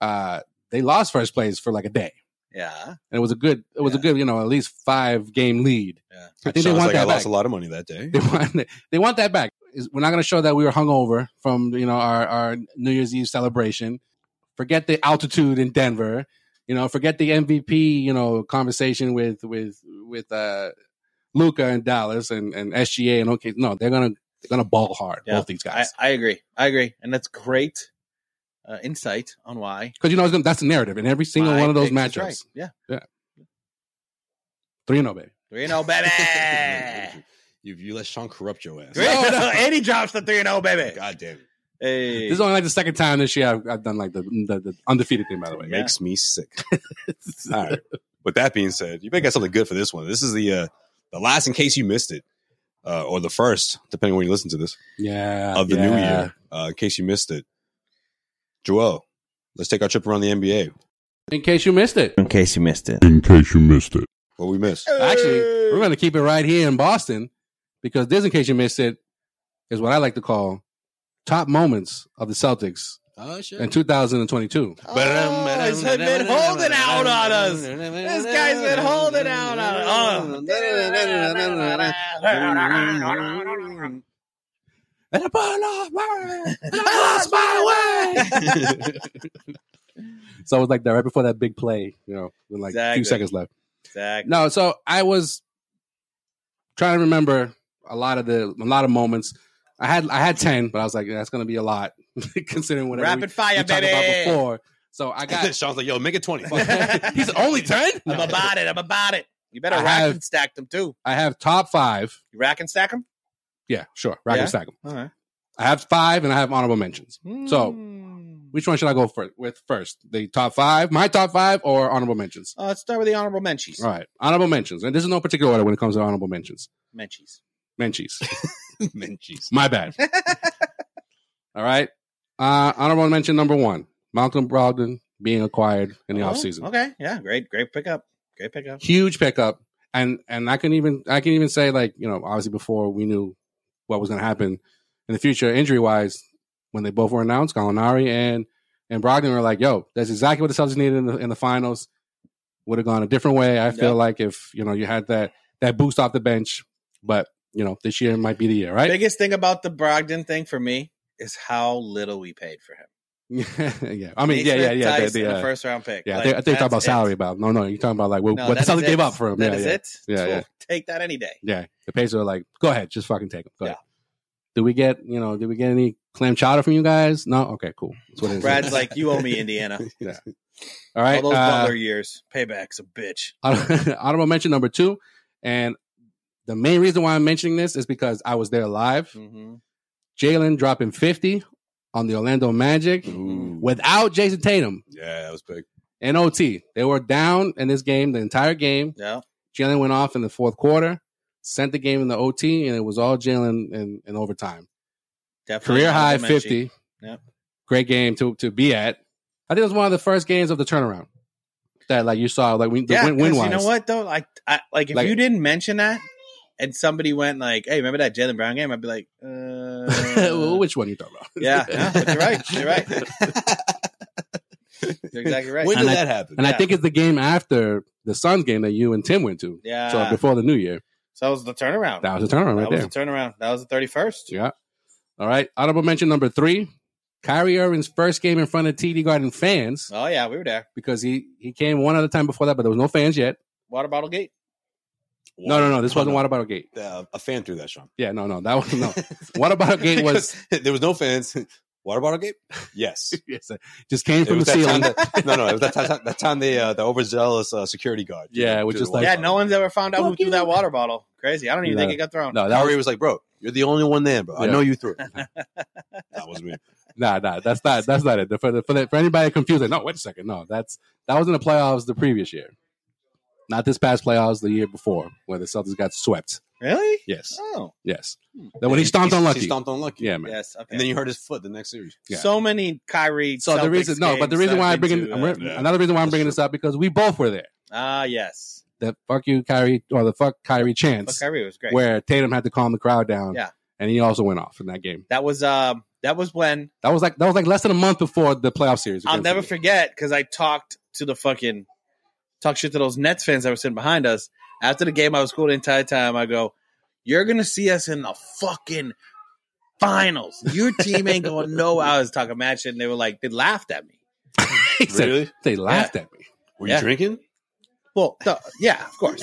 Speaker 1: uh, they lost first place for like a day.
Speaker 2: yeah.
Speaker 1: And it was a good it was a
Speaker 2: Yeah.
Speaker 1: good, you know, at least five game lead.
Speaker 2: Yeah.
Speaker 1: I think they
Speaker 3: Sounds
Speaker 1: want
Speaker 3: like I
Speaker 1: that back.
Speaker 3: lost a lot of money that day.
Speaker 1: They want they want that back. Is- We're not going to show that we were hungover from you know our our New Year's Eve celebration. Forget the altitude in Denver. You know, forget the MVP. You know, conversation with with with uh, Luca and Dallas and and SGA and okay. No, they're gonna they're gonna ball hard.
Speaker 2: Yeah.
Speaker 1: Both these
Speaker 2: I,
Speaker 1: guys
Speaker 2: I agree. I agree. And that's great uh, insight on why.
Speaker 1: because you know it's gonna, that's the narrative in every single
Speaker 2: my
Speaker 1: one of those
Speaker 2: pick is
Speaker 1: matchups.
Speaker 2: right. Yeah.
Speaker 1: Three and oh, baby.
Speaker 2: 3 0, baby.
Speaker 3: you, you let Sean corrupt your ass.
Speaker 2: 3 0. And he drops the 3 0, baby.
Speaker 3: God damn it.
Speaker 2: Hey.
Speaker 1: This is only like the second time this year I've, I've done like the, the the undefeated thing. By the way,
Speaker 2: Yeah.
Speaker 3: Makes me sick. All right. With that being said, you may got something good for this one. This is the uh, the last in case you missed it, uh, or the first, depending on when you listen to this.
Speaker 1: yeah,
Speaker 3: of the new
Speaker 1: yeah.
Speaker 3: year. Uh, in case you missed it, Joel, let's take our trip around the NBA.
Speaker 1: In case you missed it.
Speaker 4: In case you missed it.
Speaker 5: in case you missed it.
Speaker 3: What we missed?
Speaker 1: Actually, we're going to keep it right here in Boston because this, in case you missed it, is what I like to call top moments of the Celtics
Speaker 3: Oh shit!
Speaker 1: in 2022.
Speaker 2: Oh, he's been holding out on us. This guy's been holding out
Speaker 1: Oh.
Speaker 2: on us. Oh.
Speaker 1: And I burn off my- and I lost my way. So it was like that right before that big play, you know, with like a
Speaker 2: Exactly.
Speaker 1: few seconds left.
Speaker 2: Exactly.
Speaker 1: No, so I was trying to remember a lot of the a lot of moments. I had I had ten, but I was like, that's going to be a lot considering whatever we-
Speaker 2: Rapid fire,
Speaker 1: we talked about
Speaker 2: baby. Oh.
Speaker 1: before. So I got
Speaker 3: Sean's like, yo, make it twenty.
Speaker 1: He's only ten.
Speaker 2: I'm about it. I'm about it. You better
Speaker 1: I
Speaker 2: rack
Speaker 1: have-
Speaker 2: and stack them too.
Speaker 1: I have top five.
Speaker 2: You rack and stack them.
Speaker 1: Yeah, sure. Rack
Speaker 2: Yeah?
Speaker 1: and stack 'em.
Speaker 2: All right.
Speaker 1: I have five, and I have honorable mentions. So-
Speaker 2: Hmm.
Speaker 1: Which one should I go for, with first? The top five, my top five, or honorable mentions?
Speaker 2: Uh, let's start with the honorable mentions.
Speaker 1: All right, honorable mentions, and this is no particular order when it comes to honorable mentions.
Speaker 2: Menchies.
Speaker 1: Menchies,
Speaker 3: Menchies.
Speaker 1: my bad. All right, uh, honorable mention number one: Malcolm Brogdon being acquired in the
Speaker 2: Oh,
Speaker 1: offseason.
Speaker 2: Okay. Yeah. Great. Great pickup. Great pickup.
Speaker 1: huge pickup. And and I can even I can even say like you know obviously before we knew what was going to happen in the future injury wise when they both were announced Gallinari and and Brogdon were like yo that's exactly what the Celtics needed in the in the finals would have gone a different way I feel
Speaker 2: Yep.
Speaker 1: like if you know you had that that boost off the bench but you know this year might be the year right
Speaker 2: Biggest thing about the Brogdon thing for me is how little we paid for him.
Speaker 1: yeah I mean yeah
Speaker 2: Naismith
Speaker 1: yeah yeah
Speaker 2: Tice
Speaker 1: the, the,
Speaker 2: and a
Speaker 1: uh,
Speaker 2: first round pick.
Speaker 1: yeah
Speaker 2: Like,
Speaker 1: I think- I think you talk about
Speaker 2: that's it.
Speaker 1: salary about no no you're talking about like what,
Speaker 2: No,
Speaker 1: what the
Speaker 2: that is
Speaker 1: Celtics gave
Speaker 2: it.
Speaker 1: up for him
Speaker 2: That
Speaker 1: yeah,
Speaker 2: is
Speaker 1: yeah.
Speaker 2: it.
Speaker 1: Yeah,
Speaker 2: Cool.
Speaker 1: yeah.
Speaker 2: Take that any day.
Speaker 1: Yeah, the Pacers are like, go ahead, just fucking take them. Go
Speaker 2: Yeah.
Speaker 1: ahead. Did we get you know? Did we get any clam chowder from you guys? No. Okay, cool. That's what it is.
Speaker 2: Brad's like, you owe me Indiana.
Speaker 1: All right.
Speaker 2: All those
Speaker 1: uh,
Speaker 2: Butler years, payback's a bitch.
Speaker 1: honorable mention number two, and the main reason why I'm mentioning this is because I was there live.
Speaker 2: Mhm.
Speaker 1: Jalen dropping 50 on the Orlando Magic
Speaker 3: Ooh.
Speaker 1: without Jason Tatum
Speaker 3: Yeah, that was big.
Speaker 1: and OT. They were down in this game the entire game.
Speaker 2: Yeah.
Speaker 1: Jalen went off in the fourth quarter, sent the game in the OT, and it was all Jalen in, in overtime.
Speaker 2: Definitely
Speaker 1: career high
Speaker 2: honorable mention.
Speaker 1: 50.
Speaker 2: Yep.
Speaker 1: Great game to, to be at. I think it was one of the first games of the turnaround that like you saw like we, the
Speaker 2: Yeah,
Speaker 1: win, win
Speaker 2: 'cause
Speaker 1: wise.
Speaker 2: you know what though? Like, I, like if
Speaker 1: Like-
Speaker 2: you didn't mention that, and somebody went like, "Hey, remember that Jalen Brown game?" I'd be like,
Speaker 1: Well,
Speaker 2: uh,
Speaker 1: Which one you talking about?
Speaker 2: "Yeah, no, but you're right. You're right. You're exactly right."
Speaker 3: When did
Speaker 1: And I-
Speaker 3: that happen?
Speaker 1: And I
Speaker 2: Yeah.
Speaker 1: think it's the game after the Suns game that you and Tim went to.
Speaker 2: yeah.
Speaker 1: so before the new year,
Speaker 2: So that was the turnaround.
Speaker 1: that was the turnaround right
Speaker 2: Uh, That was
Speaker 1: there.
Speaker 2: the turnaround. That was the thirty first.
Speaker 1: yeah. All right. Honorable mention number three. Kyrie Irving's first game in front of TD Garden fans
Speaker 2: Oh yeah, we were there.
Speaker 1: because he, he came one other time before that, but there was no fans yet.
Speaker 2: Water bottle gate.
Speaker 1: No, no, no. This
Speaker 3: Oh,
Speaker 1: wasn't
Speaker 3: no.
Speaker 1: Water Bottle Gate.
Speaker 3: Uh, a fan threw that, Sean.
Speaker 1: Yeah, no, no. That was no. Water Bottle Gate was
Speaker 3: there was no fans. Water bottle gate? Yes.
Speaker 1: yes, just came
Speaker 3: It
Speaker 1: from
Speaker 3: was
Speaker 1: the
Speaker 3: that time
Speaker 1: ceiling.
Speaker 3: that, no, no, it was that time, that time the uh, the overzealous uh, security guard.
Speaker 1: Yeah, which
Speaker 3: to
Speaker 1: is
Speaker 3: the
Speaker 1: like-
Speaker 3: water
Speaker 2: yeah,
Speaker 1: Like-
Speaker 2: no
Speaker 3: bottle.
Speaker 2: one's ever found out who
Speaker 1: Fuck
Speaker 2: threw
Speaker 1: you.
Speaker 2: that water bottle. Crazy. I don't even
Speaker 1: No.
Speaker 2: think it got thrown.
Speaker 1: No, that
Speaker 3: Kyrie
Speaker 1: was,
Speaker 3: was like, "Bro, you're the only one there, bro. I
Speaker 1: Yeah.
Speaker 3: know you threw it." that was weird.
Speaker 1: nah, nah. That's not that's not it. For the, for, the, for anybody confused, like, no, wait a second, no, that's that was in the playoffs the previous year, not this past playoffs the year before where the Celtics got swept.
Speaker 2: Really?
Speaker 1: Yes,
Speaker 2: Oh
Speaker 1: yes. Then when he stomped on Lucky,
Speaker 3: He stomped on Lucky.
Speaker 1: yeah, man.
Speaker 2: yes. Okay.
Speaker 3: And then you hurt his foot the next series.
Speaker 1: Yeah.
Speaker 2: So many Kyrie.
Speaker 1: So the
Speaker 2: Celtics
Speaker 1: reason, no, but the
Speaker 2: games
Speaker 1: reason
Speaker 2: that
Speaker 1: why
Speaker 2: I've
Speaker 1: I'm bringing
Speaker 2: been to, uh,
Speaker 1: I'm- another reason why I'm
Speaker 3: That's
Speaker 1: bringing
Speaker 3: true.
Speaker 1: this up because we both were there.
Speaker 2: Ah, yes.
Speaker 1: The fuck you, Kyrie, or the fuck Kyrie
Speaker 2: But
Speaker 1: chance,
Speaker 2: Kyrie was great.
Speaker 1: where Tatum had to calm the crowd down.
Speaker 2: Yeah.
Speaker 1: and he also went off in that game.
Speaker 2: That was um that was when
Speaker 1: That was like that was like less than a month before the playoff series.
Speaker 2: I'll
Speaker 1: against
Speaker 2: never
Speaker 1: the-
Speaker 2: forget because I talked to the fucking talk shit to those Nets fans that were sitting behind us. After the game, I was cool the entire time. I go, You're gonna see us in the fucking finals. Your team ain't going no I was talking mad shit and they were like, they laughed at me.
Speaker 1: He said-
Speaker 3: Really?
Speaker 1: They laughed at me.
Speaker 3: Were
Speaker 2: Yeah.
Speaker 3: you drinking?
Speaker 2: Well, the- yeah, of course.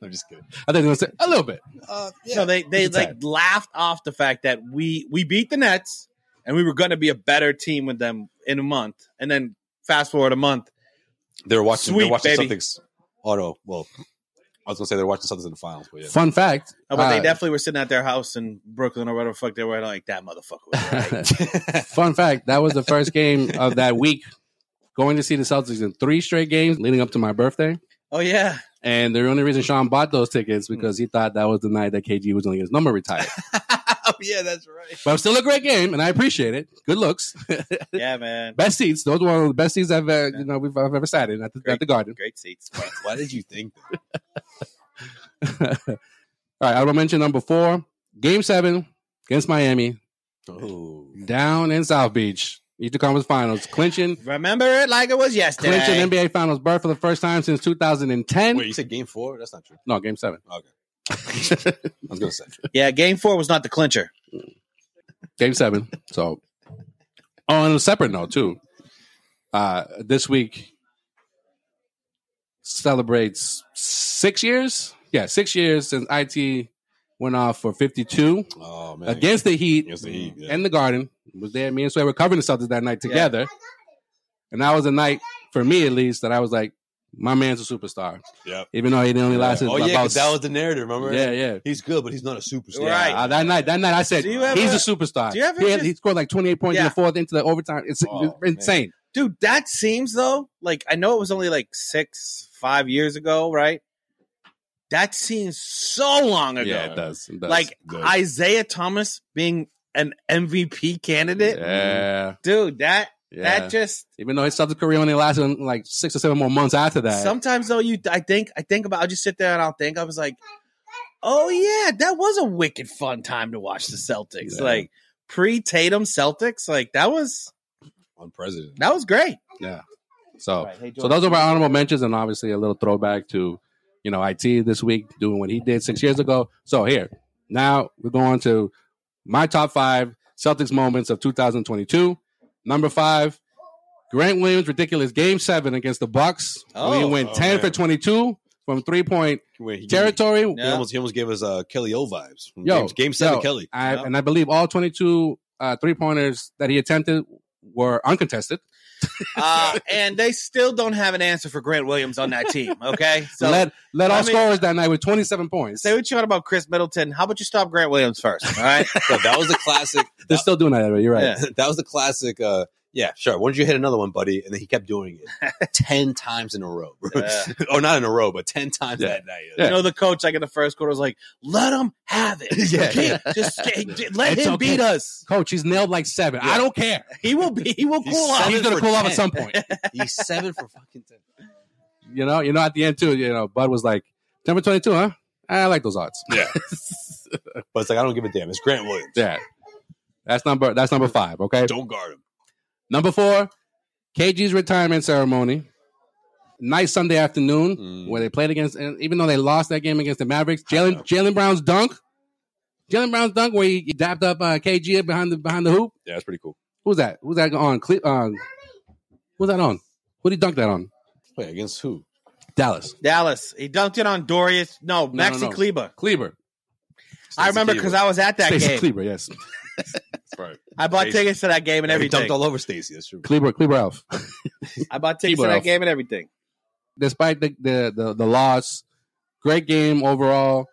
Speaker 3: I'm just kidding.
Speaker 1: I think they were saying a little bit.
Speaker 3: Uh,
Speaker 2: No, they they
Speaker 1: It's a
Speaker 2: like laughed off the fact that we we beat the Nets and we were gonna be a better team with them in a month. And then fast forward a month,
Speaker 3: they were watching. they
Speaker 2: Sweet,
Speaker 3: were watching
Speaker 2: baby.
Speaker 3: Celtics. Oh no. Well, I was gonna say they were watching Celtics in the finals, but yeah.
Speaker 1: Fun fact.
Speaker 2: Oh, but they
Speaker 1: uh,
Speaker 2: definitely were sitting at their house in Brooklyn or whatever the fuck they were. and I'm like that motherfucker. Was right.
Speaker 1: uh, fun fact. That was the first game of that week. Going to see the Celtics in three straight games leading up to my birthday.
Speaker 2: oh yeah,
Speaker 1: And the only reason Sean bought those tickets because he thought that was the night that KG was going to get his number retired.
Speaker 3: oh yeah, that's right.
Speaker 1: But it was still a great game, and I appreciate it. Good looks,
Speaker 2: yeah, man.
Speaker 1: best seats. Those were one of the best seats I've uh, you know we've, I've ever sat in at the, at the Garden.
Speaker 2: Great seats.
Speaker 3: Why did you think that?
Speaker 1: All right, I will mention number four, Game Seven against Miami,
Speaker 3: Oh,
Speaker 1: down in South Beach, Eastern Conference Finals, clinching
Speaker 2: Remember it like it was yesterday.
Speaker 1: clinching NBA Finals berth for the first time since 2010.
Speaker 3: wait, you said game four? That's not true.
Speaker 1: No, game seven. Okay.
Speaker 3: I was gonna say
Speaker 2: yeah, game four was not the clincher.
Speaker 1: game seven. So, on a separate note, too, uh, this week celebrates six years. Yeah, six years since IT went off for 52
Speaker 3: Oh man.
Speaker 1: against the Heat
Speaker 3: Against the Heat, yeah.
Speaker 1: in the Garden. Was there? Me and Sway were covering the Celtics that night together, and that was a night for me at least that I was like, My man's a superstar.
Speaker 3: Yep.
Speaker 1: Even though he only lasted
Speaker 3: Oh yeah,
Speaker 1: about
Speaker 3: 'cause that was the narrative. Remember?
Speaker 1: yeah, yeah.
Speaker 3: He's good, but he's not a superstar.
Speaker 2: Right.
Speaker 1: Uh, that night, that night, I said
Speaker 2: Do you ever-
Speaker 1: he's a superstar.
Speaker 2: do you ever
Speaker 1: he, had-
Speaker 2: just-
Speaker 1: he scored like twenty eight points in
Speaker 2: Yeah.
Speaker 1: the fourth into the overtime. It's,
Speaker 3: Oh,
Speaker 1: it's insane.
Speaker 2: dude that seems though like i know it was only like six five years ago right that seems so long ago
Speaker 1: Yeah, it does. It does.
Speaker 2: like
Speaker 3: does.
Speaker 2: isaiah thomas being an mvp candidate
Speaker 1: yeah,
Speaker 2: dude that
Speaker 1: yeah.
Speaker 2: that just
Speaker 1: Even though his Celtics career only lasted like six or seven more months after that.
Speaker 2: sometimes though you i think i think about i'll just sit there and i'll think i was like oh yeah that was a wicked fun time to watch the celtics
Speaker 1: Yeah.
Speaker 2: like pre-tatum celtics like that was
Speaker 3: On president.
Speaker 2: that was great
Speaker 1: so, Oh, so those are my honorable mentions, and obviously a little throwback to, you know, it this week doing what he did six years ago. So here, now we're going to my top five Celtics moments of 2022. Number five, Grant Williams ridiculous game seven against the Bucks. we
Speaker 2: Oh.
Speaker 1: went
Speaker 3: Oh,
Speaker 1: ten for
Speaker 3: man.
Speaker 1: 22 from three point
Speaker 3: Wait, he-
Speaker 1: territory.
Speaker 3: He
Speaker 2: Yeah.
Speaker 3: almost he almost gave us uh, Kelly O vibes. From
Speaker 1: Yo,
Speaker 3: game, game seven,
Speaker 1: yo,
Speaker 3: Kelly.
Speaker 1: I,
Speaker 2: Yeah.
Speaker 1: And I believe all 22 uh, three pointers that he attempted were uncontested.
Speaker 2: Uh, and they still don't have an answer for Grant Williams on that team. Okay,
Speaker 1: So
Speaker 2: so
Speaker 1: led led
Speaker 2: I
Speaker 1: all
Speaker 2: mean-
Speaker 1: scorers that night with 27 points.
Speaker 2: say what you want about Chris Middleton. How about you stop Grant Williams first? All right,
Speaker 3: So that was the classic.
Speaker 1: They're still doing that, you're right.
Speaker 2: Yeah.
Speaker 3: that was the classic. Uh, yeah, sure. Why don't you hit another one, buddy? And then he kept doing it ten times in a row,
Speaker 2: Yeah.
Speaker 3: or not in a row, but ten times
Speaker 1: Yeah.
Speaker 3: that night.
Speaker 1: Yeah.
Speaker 2: you know the coach like in the first quarter was like, "Let him have it.
Speaker 3: Yeah,
Speaker 2: okay? just ca- j- let
Speaker 1: It's
Speaker 2: him
Speaker 1: okay.
Speaker 2: beat us.
Speaker 1: Coach, he's nailed like seven.
Speaker 3: Yeah.
Speaker 1: I don't care.
Speaker 2: He will be. He will
Speaker 3: He's
Speaker 2: cool
Speaker 3: Seven
Speaker 2: off."
Speaker 1: He's going to
Speaker 3: for
Speaker 1: cool off at
Speaker 3: 10.
Speaker 1: some point.
Speaker 3: He's seven for fucking ten.
Speaker 1: you know, you know, at the end, too, you know, Bud was like, 10 for 22, huh? I like those odds.
Speaker 3: Yeah, but it's like I don't give a damn. It's Grant Williams.
Speaker 1: Yeah. That's number that's number five, okay?
Speaker 3: Don't guard him.
Speaker 1: Number four, KG's retirement ceremony. Nice Sunday afternoon
Speaker 3: Mm.
Speaker 1: where they played against, and even though they lost that game against the Mavericks,
Speaker 3: know.
Speaker 1: Jalen Jalen Brown's dunk, Jalen Brown's dunk where he dapped up uh, KG up behind the behind the hoop.
Speaker 3: Yeah, that's pretty cool.
Speaker 1: Who's that? Who's that on? Cle- uh, who's that on? Who did he dunk that on?
Speaker 3: Wait, against who?
Speaker 1: Dallas
Speaker 2: Dallas. He dunked it on Dorius. No,
Speaker 1: no,
Speaker 2: Maxi
Speaker 1: no.
Speaker 2: Kleber.
Speaker 1: Kleber.
Speaker 2: I remember because I was at that
Speaker 1: Stacey
Speaker 2: game.
Speaker 1: Kleber, yes,
Speaker 3: right.
Speaker 2: I bought
Speaker 3: Stacey.
Speaker 2: tickets to that game and
Speaker 3: he
Speaker 2: everything.
Speaker 3: dunked all over Stacy. That's true.
Speaker 1: Kleber, Kleber Elf.
Speaker 2: I bought tickets
Speaker 1: Kleber
Speaker 2: to
Speaker 1: off.
Speaker 2: that game and everything.
Speaker 1: Despite the the the, the loss, great game overall.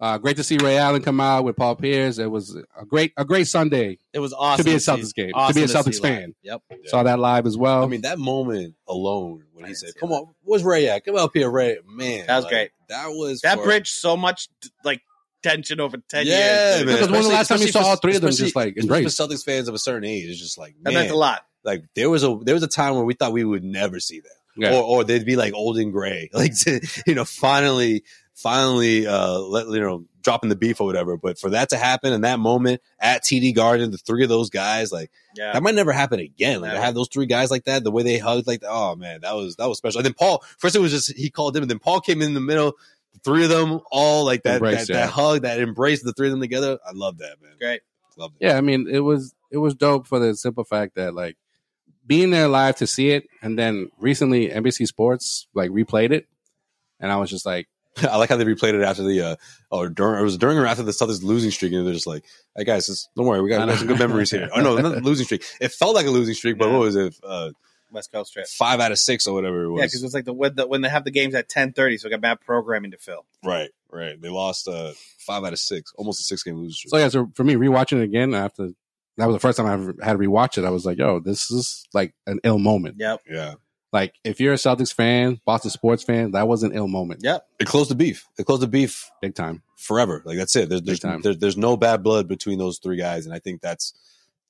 Speaker 1: Uh, great to see Ray Allen come out with Paul Pierce. It was a great a great Sunday.
Speaker 2: It was awesome
Speaker 1: be a
Speaker 2: see.
Speaker 1: Celtics game. To be a
Speaker 2: Awesome
Speaker 1: Celtics
Speaker 2: see live.
Speaker 1: fan.
Speaker 2: Yep.
Speaker 3: Yeah.
Speaker 1: Saw that live as well.
Speaker 3: I mean, that moment alone when
Speaker 2: I
Speaker 3: he
Speaker 2: didn't
Speaker 3: said,
Speaker 2: see
Speaker 3: "Come
Speaker 2: that.
Speaker 3: on, where's Ray at? Come up here, Ray." Man,
Speaker 2: That was
Speaker 3: like,
Speaker 2: great.
Speaker 3: That was
Speaker 2: That
Speaker 3: for-
Speaker 2: bridge so much like tension over ten
Speaker 3: Yeah,
Speaker 2: years. dude.
Speaker 3: man.
Speaker 1: Because when was the
Speaker 3: Especially-
Speaker 1: last time you saw
Speaker 3: especially
Speaker 1: all three of them
Speaker 3: especially-
Speaker 1: just like
Speaker 3: especially
Speaker 1: embrace?
Speaker 3: for Celtics fans of a certain age, it's just like
Speaker 2: That
Speaker 3: man,
Speaker 2: meant a lot.
Speaker 3: like there was a there was a time where we thought we would never see that,
Speaker 1: Yeah.
Speaker 3: or or they'd be like old and gray, like to, you know, finally, finally, uh, let, you know, dropping the beef or whatever. But for that to happen in that moment at TD Garden, the three of those guys, like
Speaker 2: Yeah.
Speaker 3: that might never happen again. Like to
Speaker 2: Never.
Speaker 3: have those three guys like that, the way they hugged, like oh man, that was that was special. And then Paul, first it was just he called him, and then Paul came in the middle. the Three of them all like that,
Speaker 1: Embrace,
Speaker 3: that,
Speaker 1: yeah.
Speaker 3: that hug, that embrace, the three of them together. I love that, man.
Speaker 2: Great.
Speaker 3: Love that.
Speaker 1: yeah, I mean, it was it was dope for the simple fact that like being there live to see it, and then recently NBC Sports like replayed it, and I was just like,
Speaker 3: I like how they replayed it after the uh or during it was during or after the Celtics losing streak, and they're just like, "Hey guys, just, don't worry, we got, we got some good memories here." Oh no, not the losing streak. It felt like a losing streak, but what was it? Uh,
Speaker 2: West Coast trip.
Speaker 3: five out of six or whatever it
Speaker 2: Yeah, because
Speaker 3: was.
Speaker 2: it's like the when, the when they have the games at ten thirty, so we got bad programming to fill.
Speaker 3: right, right. They lost uh five out of six, almost a six game losing streak.
Speaker 1: so yeah. So for me, rewatching it again after that was the first time I ever had to rewatch it. I was like, yo, this is like an ill moment.
Speaker 2: Yep.
Speaker 3: yeah,
Speaker 1: Like if you're a Celtics fan, Boston sports fan, that was an ill moment,
Speaker 2: Yep.
Speaker 3: it closed the beef. It closed the beef
Speaker 1: big time.
Speaker 3: forever. Like that's it. There's
Speaker 1: Big
Speaker 3: there's,
Speaker 1: time.
Speaker 3: there, there's no bad blood between those three guys, and I think that's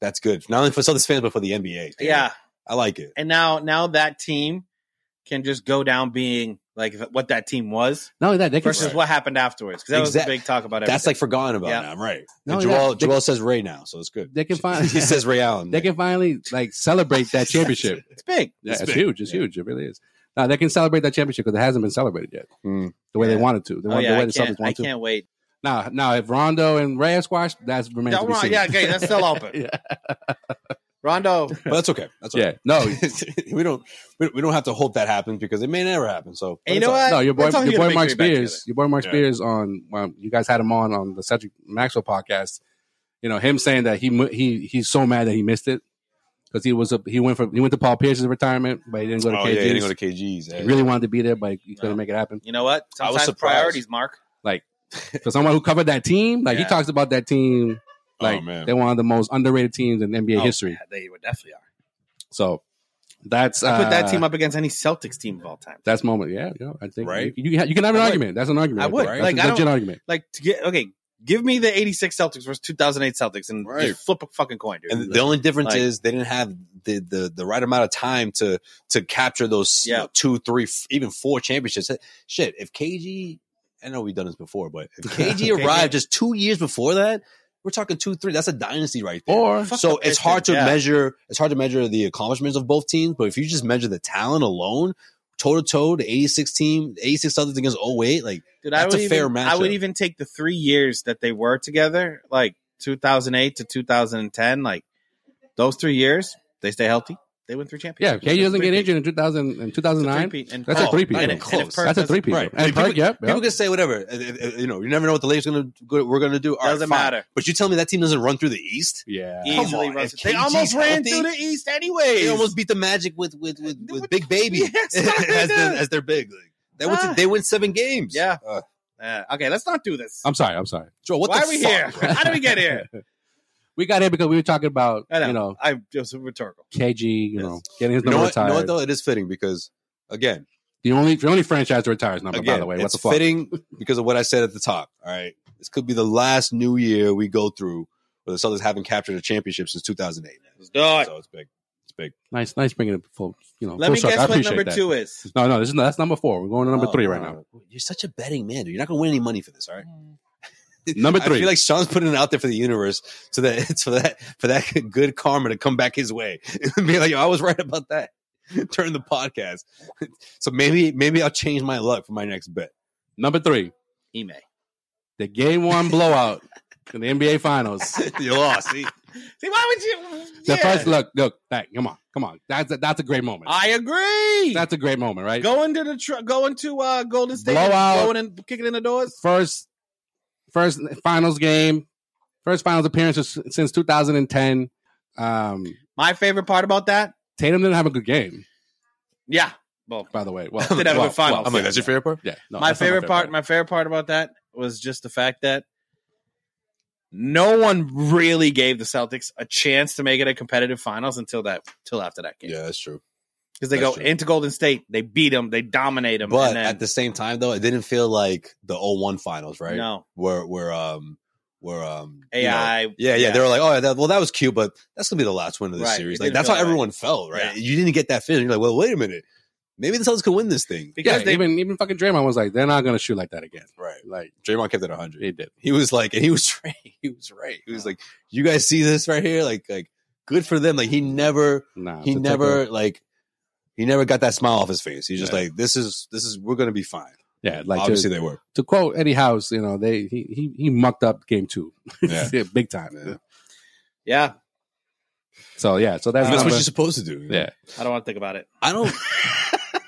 Speaker 3: that's good. Not only for Celtics fans, but for the NBA.
Speaker 2: Yeah.
Speaker 3: I like it.
Speaker 2: And now now that team can just go down being like what that team was
Speaker 1: Not only that, they can
Speaker 2: versus what happened afterwards. Because that was
Speaker 3: Exact-
Speaker 2: the big talk about it.
Speaker 3: That's like forgotten about
Speaker 2: Yeah.
Speaker 3: now. I'm right.
Speaker 1: No,
Speaker 3: And
Speaker 1: yeah.
Speaker 3: Joel,
Speaker 1: They-
Speaker 3: Joel says Ray now, so it's good.
Speaker 1: they can find
Speaker 3: he says Ray Allen.
Speaker 1: they can finally like celebrate that championship.
Speaker 2: it's big.
Speaker 1: Yeah,
Speaker 3: It's
Speaker 1: it's,
Speaker 3: big.
Speaker 1: huge. It's
Speaker 3: Yeah.
Speaker 1: huge. It really is. Now they can celebrate that championship because it hasn't been celebrated yet
Speaker 3: Mm.
Speaker 1: the way
Speaker 2: Yeah.
Speaker 1: they wanted to. They
Speaker 2: Oh,
Speaker 1: want,
Speaker 2: yeah,
Speaker 1: the way
Speaker 2: I
Speaker 1: the
Speaker 2: can't,
Speaker 1: Celtics
Speaker 2: I
Speaker 1: want to.
Speaker 2: can't wait.
Speaker 1: Now, now if Rondo and Reyes squash, that's remains to
Speaker 2: Don't
Speaker 1: be
Speaker 2: Ron,
Speaker 1: seen.
Speaker 2: yeah, okay, that's still open.
Speaker 1: yeah.
Speaker 2: Rondo,
Speaker 3: But that's okay. That's okay. Oh,
Speaker 1: Yeah. No,
Speaker 3: we don't we we don't have to hope that happens because it may never happen. So
Speaker 2: And you know what?
Speaker 1: no, your boy,
Speaker 2: Let's all
Speaker 1: your
Speaker 2: get a
Speaker 1: boy
Speaker 2: victory
Speaker 1: Mark
Speaker 2: back
Speaker 1: Spears,
Speaker 2: together.
Speaker 1: your boy Mark
Speaker 3: Yeah.
Speaker 1: Spears on. Well, you guys had him on on the Cedric Maxwell podcast. You know him saying that he mu- he he's so mad that he missed it because he was a he went from he went to Paul Pierce's retirement, but he didn't go to
Speaker 4: oh,
Speaker 1: KG's.
Speaker 4: yeah, he
Speaker 1: he,
Speaker 4: didn't go to KG's. Yeah.
Speaker 1: really wanted to be there, but he couldn't
Speaker 2: No.
Speaker 1: make it happen.
Speaker 2: You know what?
Speaker 4: I was
Speaker 2: Sometimes
Speaker 4: surprised.
Speaker 2: priorities, Mark.
Speaker 1: For someone who covered that team, like he
Speaker 2: Yeah.
Speaker 1: talks about that team, like
Speaker 4: oh man,
Speaker 1: they're one of the most underrated teams in NBA
Speaker 2: Oh,
Speaker 1: history.
Speaker 2: They were definitely are.
Speaker 1: So that's
Speaker 2: I put that
Speaker 1: uh,
Speaker 2: team up against any Celtics team of all time.
Speaker 1: That's moment, yeah, yeah. I think
Speaker 4: Right?
Speaker 1: you, you, you can have an
Speaker 2: I would.
Speaker 1: argument. That's an argument.
Speaker 2: I
Speaker 1: right
Speaker 2: would.
Speaker 1: there.
Speaker 2: Like,
Speaker 1: That's
Speaker 2: I
Speaker 1: a
Speaker 2: don't-
Speaker 1: legit argument.
Speaker 2: Like to get okay, give me the '86 Celtics versus 2008 Celtics, and
Speaker 4: Right.
Speaker 2: just flip a fucking coin, dude.
Speaker 3: And the only difference
Speaker 2: Like-
Speaker 3: is they didn't have the, the the right amount of time to to capture those you
Speaker 2: Yeah.
Speaker 3: know, two, three, f- even four championships. Shit, if KG, I know we've done this before, but if KG
Speaker 2: KG.
Speaker 3: arrived just two years before that, we're talking two, three. That's a dynasty right there.
Speaker 1: Or
Speaker 2: Oh, Fuck
Speaker 3: so
Speaker 2: the
Speaker 3: it's hard to
Speaker 2: Pistons, yeah.
Speaker 3: measure. It's hard to measure the accomplishments of both teams, but if you just measure the talent alone, toe to toe, the '86 team, '86 Celtics against 08, oh, like
Speaker 2: Dude, I
Speaker 3: That's
Speaker 2: would
Speaker 3: a fair
Speaker 2: even, I would
Speaker 3: matchup.
Speaker 2: even take the three years that they were together, like 2008 to 2010. Like those three years, they stay healthy. They win three
Speaker 1: yeah,
Speaker 2: championships.
Speaker 1: KG doesn't get
Speaker 2: Three-peat.
Speaker 1: injured in 2000 and 2009.
Speaker 2: It's a three-peat. And
Speaker 1: That's a
Speaker 2: oh,
Speaker 1: three-peat.
Speaker 2: and
Speaker 1: Even
Speaker 2: if-
Speaker 3: close.
Speaker 2: and if Perk
Speaker 1: That's a
Speaker 2: does-
Speaker 1: three people.
Speaker 3: Right.
Speaker 1: And
Speaker 3: People-
Speaker 1: Perk, yep,
Speaker 3: people
Speaker 1: yep.
Speaker 3: can say whatever. Uh, uh, uh, You know, you never know what the Lakers gonna go, we're gonna do. All right,
Speaker 2: Doesn't
Speaker 3: fine.
Speaker 2: matter.
Speaker 3: But you tell me that team doesn't run through the East.
Speaker 1: yeah.
Speaker 3: Come
Speaker 2: Easily
Speaker 3: on,
Speaker 2: runs
Speaker 3: if
Speaker 2: it. They
Speaker 3: KG's
Speaker 2: almost ran
Speaker 3: healthy-
Speaker 2: through the East anyway.
Speaker 3: They almost beat the Magic with with with, with Big Baby
Speaker 2: Yes,
Speaker 3: as,
Speaker 2: I
Speaker 3: their,
Speaker 2: know.
Speaker 3: as their big. Like, they went
Speaker 2: Ah.
Speaker 3: to, they win seven games.
Speaker 2: Yeah.
Speaker 3: Uh,
Speaker 2: Uh, okay, let's not do this.
Speaker 1: I'm sorry. I'm sorry.
Speaker 3: Joe, Um, what
Speaker 2: Why
Speaker 3: the
Speaker 2: are we
Speaker 3: fuck?
Speaker 2: here? How did we get here?
Speaker 1: We got here because we were talking about
Speaker 2: I know.
Speaker 1: you know
Speaker 2: I it was rhetorical.
Speaker 1: KG, you
Speaker 2: Yes.
Speaker 1: know, getting his
Speaker 3: You know
Speaker 1: number
Speaker 3: what? You
Speaker 1: retired.
Speaker 3: know what though? It is fitting because again,
Speaker 1: the only the only franchise to retire is number.
Speaker 3: again,
Speaker 1: by the way, what
Speaker 3: it's
Speaker 1: the fuck?
Speaker 3: fitting because of what I said at the top. All right, this could be the last New Year we go through where the Celtics haven't captured a championship since 2008.
Speaker 2: Let's do it.
Speaker 3: So it's big. It's big.
Speaker 1: Nice, nice bringing it full. You know,
Speaker 2: Let
Speaker 1: full
Speaker 2: me
Speaker 1: circle. I
Speaker 2: guess what
Speaker 1: appreciate
Speaker 2: number
Speaker 1: that.
Speaker 2: two is.
Speaker 1: No, no, this is that's number four. We're going to number
Speaker 3: Oh,
Speaker 1: three right now.
Speaker 3: wow. You're such a betting man, dude. You're not gonna win any money for this, all right?
Speaker 2: Mm.
Speaker 1: Number
Speaker 3: I
Speaker 1: three.
Speaker 3: feel like Sean's putting it out there for the universe so that it's for that for that good karma to come back his way. Be like, yo, I was right about that. Turn the podcast. So maybe maybe I'll change my luck for my next bet.
Speaker 1: Number three,
Speaker 2: Ime.
Speaker 1: the game one blowout in the NBA Finals.
Speaker 3: you lost. See?
Speaker 2: See, why would you?
Speaker 1: The
Speaker 2: yeah.
Speaker 1: first look, look, hey, come on, come on. That's a, that's a great moment.
Speaker 2: I agree.
Speaker 1: that's a great moment, right?
Speaker 2: Going to the tr- going to uh, Golden State,
Speaker 1: Blowout.
Speaker 2: blowing and kicking in the doors.
Speaker 1: First, first finals game, first finals appearance s- since 2010. Um,
Speaker 2: My favorite part about that,
Speaker 1: Tatum didn't have a good game,
Speaker 2: yeah. Well,
Speaker 1: by the way. Well,
Speaker 2: Didn't have a
Speaker 1: well,
Speaker 2: good finals.
Speaker 1: well,
Speaker 3: I'm like, Oh, that's your favorite part?
Speaker 1: yeah, no,
Speaker 2: my
Speaker 1: that's not
Speaker 2: favorite part, my favorite part about that was just the fact that no one really gave the Celtics a chance to make it a competitive finals until that, till after that game.
Speaker 3: Yeah, that's true.
Speaker 2: Because they go
Speaker 3: that's true.
Speaker 2: into Golden State, they beat them, they dominate them,
Speaker 3: But
Speaker 2: and then,
Speaker 3: at the same time though, it didn't feel like the 01 finals, right?
Speaker 2: no
Speaker 3: Where where um where um you know,
Speaker 2: AI.
Speaker 3: Yeah, yeah, They were like, oh, that, well, that was cute, but that's gonna be the last win of this
Speaker 2: Right,
Speaker 3: series.
Speaker 2: it
Speaker 3: Like
Speaker 2: didn't
Speaker 3: that's
Speaker 2: feel
Speaker 3: how
Speaker 2: right.
Speaker 3: everyone felt, right?
Speaker 2: Yeah.
Speaker 3: You didn't get that feeling. You're like, well, wait a minute, maybe the Celtics could win this thing,
Speaker 1: Yeah,
Speaker 2: because they
Speaker 1: even even fucking Draymond was like, they're not gonna shoot like that again.
Speaker 3: right?
Speaker 1: Like
Speaker 3: Draymond kept it 100.
Speaker 1: they did.
Speaker 3: He was like, and he was right. He was right. He was like, you guys see this right here? Like, like good for them. Like he never,
Speaker 1: Nah,
Speaker 3: he
Speaker 1: it's a
Speaker 3: never
Speaker 1: tough-
Speaker 3: like, he never got that smile off his face. He's just
Speaker 1: Yeah.
Speaker 3: like, this is, this is, we're gonna be fine.
Speaker 1: Yeah, like
Speaker 3: obviously
Speaker 1: to,
Speaker 3: they were.
Speaker 1: to quote Eddie House, you know, they he he, he mucked up game two,
Speaker 3: Yeah.
Speaker 1: big time.
Speaker 3: Yeah.
Speaker 2: yeah,
Speaker 1: So yeah, so that's
Speaker 3: That's what
Speaker 1: number,
Speaker 3: you're supposed to do.
Speaker 1: yeah.
Speaker 2: I don't want to think about it.
Speaker 3: I don't.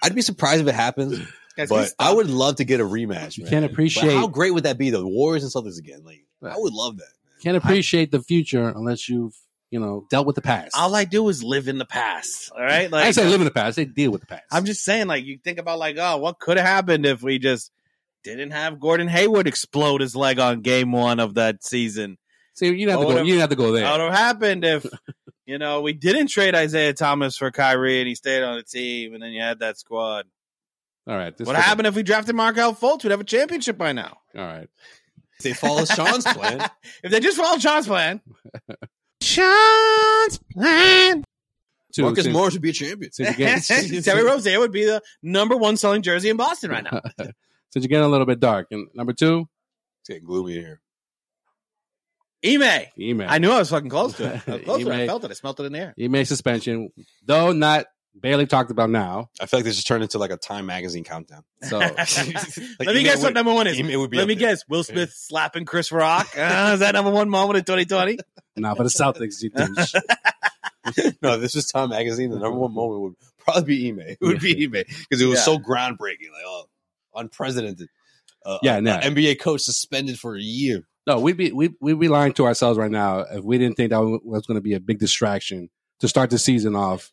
Speaker 3: I'd be surprised if it happens,
Speaker 2: Guys, we
Speaker 3: but
Speaker 2: stop.
Speaker 3: I would love to get a rematch.
Speaker 1: You
Speaker 3: man.
Speaker 1: can't
Speaker 3: But
Speaker 1: appreciate-
Speaker 3: how great would that be? The Warriors and Celtics again. Like I would love that. man.
Speaker 1: Can't appreciate the future unless you've you know dealt with the past.
Speaker 2: all I do is live in the past. All right,
Speaker 1: I
Speaker 2: like
Speaker 1: ain't say live in the past; they deal with the past.
Speaker 2: I'm just saying, like, you think about, like, oh, what could have happened if we just didn't have Gordon Hayward explode his leg on game one of that season?
Speaker 1: See, you didn't have to go.
Speaker 2: Whatever.
Speaker 1: You didn't have to go
Speaker 2: What would
Speaker 1: there.
Speaker 2: have happened if, you know, we didn't trade Isaiah Thomas for Kyrie and he stayed on the team and then you had that squad?
Speaker 1: All right. this
Speaker 2: what
Speaker 1: was-
Speaker 2: happened if we drafted Markel Fultz? We'd have a championship by now.
Speaker 1: All right.
Speaker 3: If They follow Sean's plan.
Speaker 2: if they just followed Sean's plan.
Speaker 1: Two,
Speaker 3: Marcus
Speaker 1: since-
Speaker 3: Morris would be a champion.
Speaker 1: Since you get, since
Speaker 2: Terry Rozier would be the number one selling jersey in Boston right now.
Speaker 1: you're getting a little bit dark. And number two,
Speaker 3: It's getting gloomy here.
Speaker 2: Ime.
Speaker 1: email.
Speaker 2: I knew I was fucking close to it. I was close to it.
Speaker 1: Ime.
Speaker 2: I felt it. I smelt it in the air.
Speaker 1: Email suspension, though not barely talked about now.
Speaker 3: I feel like this just turned into like a Time magazine countdown.
Speaker 1: So
Speaker 2: Let me guess what number one is.
Speaker 3: It would be
Speaker 2: Let
Speaker 3: up
Speaker 2: me
Speaker 3: there.
Speaker 2: guess. Will Smith slapping Chris Rock. Uh, is that number one moment in 2020?
Speaker 1: now for the Celtics, you think.
Speaker 3: no, this was Time magazine. The number one moment would probably be Ime. It would be Ime because it was
Speaker 2: Yeah.
Speaker 3: so groundbreaking, like oh, unprecedented. Uh,
Speaker 1: Yeah,
Speaker 3: a-
Speaker 1: no.
Speaker 3: a NBA coach suspended for a year.
Speaker 1: No, we'd be we'd, we'd be lying to ourselves right now if we didn't think that was going to be a big distraction to start the season off.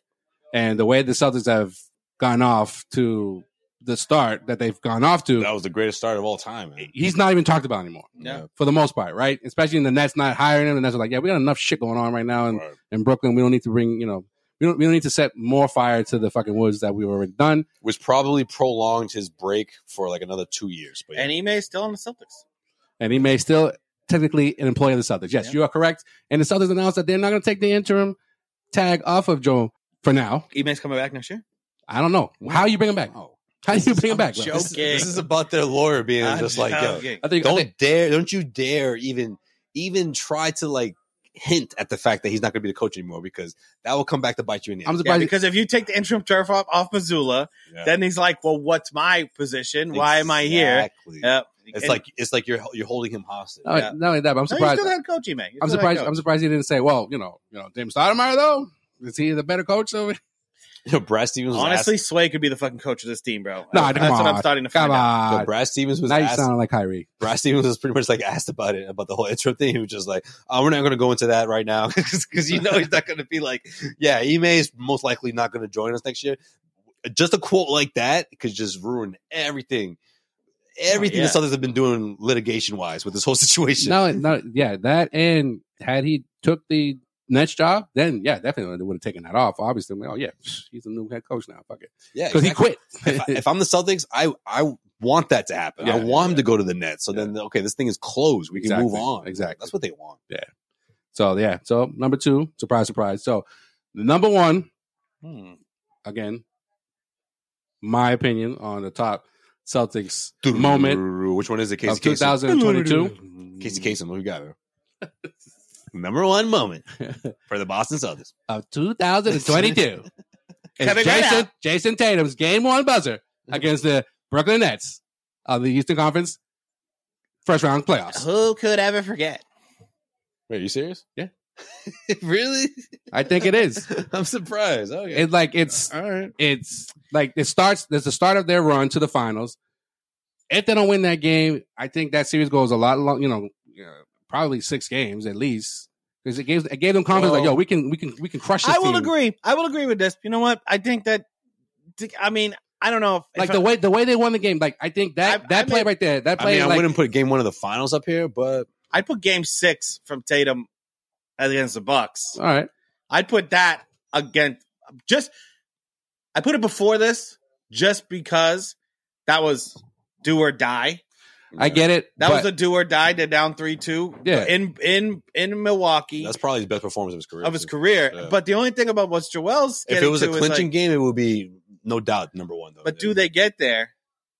Speaker 1: And the way the Celtics have gone off to the start that they've gone off to,
Speaker 4: That was the greatest start of all time, man.
Speaker 1: he's not even talked about anymore
Speaker 2: No.
Speaker 1: for the most part, right? Especially in the Nets not hiring him. The Nets are like, yeah, we got enough shit going on right now
Speaker 2: um,
Speaker 1: in,
Speaker 4: Right.
Speaker 1: in Brooklyn. We don't need to bring, you know, we don't, we don't need to set more fire to the fucking woods that we've already done.
Speaker 4: Which probably prolonged his break for like another two years. But
Speaker 2: And Ime is still on the Celtics.
Speaker 1: And he may still technically an employee of the Celtics. Yes,
Speaker 2: Yeah.
Speaker 1: you are correct. And the Celtics announced that they're not going to take the interim tag off of Joe for now.
Speaker 2: Ime's E coming back next year.
Speaker 1: I don't know. How you bring him back?
Speaker 3: Oh.
Speaker 1: How do you bring him back?
Speaker 2: joking.
Speaker 3: This, is- this is about their lawyer being
Speaker 2: I'm
Speaker 3: just like, yo,
Speaker 2: joking.
Speaker 1: I think, I think
Speaker 3: don't dare, don't you dare even even try to like hint at the fact that he's not going to be the coach anymore because that will come back to bite you in the
Speaker 1: I'm
Speaker 3: end.
Speaker 2: Yeah,
Speaker 1: surprised.
Speaker 2: because if you take the interim turf off, off Missoula,
Speaker 4: Yeah.
Speaker 2: then he's like, "Well, what's my position? Why am I here?"
Speaker 3: Exactly.
Speaker 2: Yep.
Speaker 3: It's
Speaker 2: And- Uh,
Speaker 3: like it's like you're you're holding him hostage.
Speaker 1: no,
Speaker 2: yeah.
Speaker 1: not only that, but I'm
Speaker 2: no, you're
Speaker 1: surprised.
Speaker 2: still head coach, Ime. You're
Speaker 1: I'm
Speaker 2: still head
Speaker 1: surprised.
Speaker 2: coach.
Speaker 1: I'm surprised he didn't say, "Well, you know, you know, James Stoudemire though is he the better coach?" Over
Speaker 3: You know, Brad Stevens was
Speaker 2: Honestly, Sway could be the fucking coach of this team, bro.
Speaker 1: Nah,
Speaker 2: That's
Speaker 1: come
Speaker 2: what
Speaker 1: on.
Speaker 2: I'm starting to
Speaker 1: Come
Speaker 2: find out.
Speaker 3: asked,
Speaker 1: on,
Speaker 3: yo, Brad Stevens was
Speaker 1: now you
Speaker 3: asked,
Speaker 1: sound like Kyrie.
Speaker 3: Brad Stevens was pretty much like asked about it about the whole intro thing. He was just like, "Oh, we're not going to go into that right now because you know he's not going to be like, yeah, Ime is most likely not going to join us next year." Just a quote like that could just ruin everything, everything
Speaker 2: yeah.
Speaker 3: the Celtics have been doing litigation wise with this whole situation.
Speaker 1: No, no, yeah, that and had he took the next job, then yeah, definitely would have taken that off. Obviously, oh yeah, he's a new head coach now. Fuck it,
Speaker 3: yeah,
Speaker 1: because
Speaker 3: exactly.
Speaker 1: he
Speaker 3: if, I,
Speaker 1: quit.
Speaker 3: if I'm the Celtics, I I want that to happen. I
Speaker 1: Yeah,
Speaker 3: want him to go to the Nets. So then, okay, this thing is closed. We can
Speaker 1: Exactly,
Speaker 3: move on.
Speaker 1: exactly.
Speaker 3: That's what they want.
Speaker 1: so yeah, so number two, surprise, surprise. So number one,
Speaker 2: Hmm.
Speaker 1: again, my opinion on the top Celtics moment
Speaker 3: Which one is it?
Speaker 1: of
Speaker 3: Casey Kasem.
Speaker 1: 2022.
Speaker 2: Hmm.
Speaker 3: Casey Kasem. What we got? Bro? Number one moment for the Boston Celtics.
Speaker 1: of 2022
Speaker 2: Coming
Speaker 1: is
Speaker 2: right
Speaker 1: Jason,
Speaker 2: up.
Speaker 1: Jason Tatum's game one buzzer against the Brooklyn Nets of the Eastern Conference first round playoffs.
Speaker 2: Who could ever forget?
Speaker 3: Wait, are you serious?
Speaker 1: Yeah.
Speaker 3: really?
Speaker 1: I think it is.
Speaker 3: I'm surprised. Okay.
Speaker 1: It's like it's
Speaker 3: All right.
Speaker 1: it's like it starts. There's the start of their run to the finals. If they don't win that game, I think that series goes a lot long. You know, uh, probably six games at least. Because it gave it gave them confidence. like,
Speaker 2: Well,
Speaker 1: yo, we can we can we can crush this.
Speaker 2: I will
Speaker 1: team.
Speaker 2: agree. I will agree with this. You know what? I think that. I mean, I don't know if
Speaker 1: Like
Speaker 2: if
Speaker 1: the way the way they won the game. Like I think that
Speaker 2: I-
Speaker 1: that
Speaker 2: I
Speaker 1: play
Speaker 2: mean-
Speaker 1: right there. That
Speaker 3: I
Speaker 1: play.
Speaker 3: mean, I
Speaker 1: like,
Speaker 3: wouldn't put game one of the finals up here, but
Speaker 2: I, I'd put Game Six from Tatum against the Bucks.
Speaker 1: all right.
Speaker 2: I'd put that against just. I put it before this just because that was do or die.
Speaker 1: I get it.
Speaker 2: That
Speaker 1: but
Speaker 2: was a do or die. They're down three two.
Speaker 1: Yeah.
Speaker 2: in in in Milwaukee
Speaker 3: that's probably his best performance of his career.
Speaker 2: of his career.
Speaker 3: Yeah.
Speaker 2: But the only thing about what's Joel's
Speaker 3: If
Speaker 2: getting
Speaker 3: it was
Speaker 2: to
Speaker 3: a
Speaker 2: is,
Speaker 3: clinching
Speaker 2: like,
Speaker 3: game, it would be no doubt number one. Though.
Speaker 2: but do they get there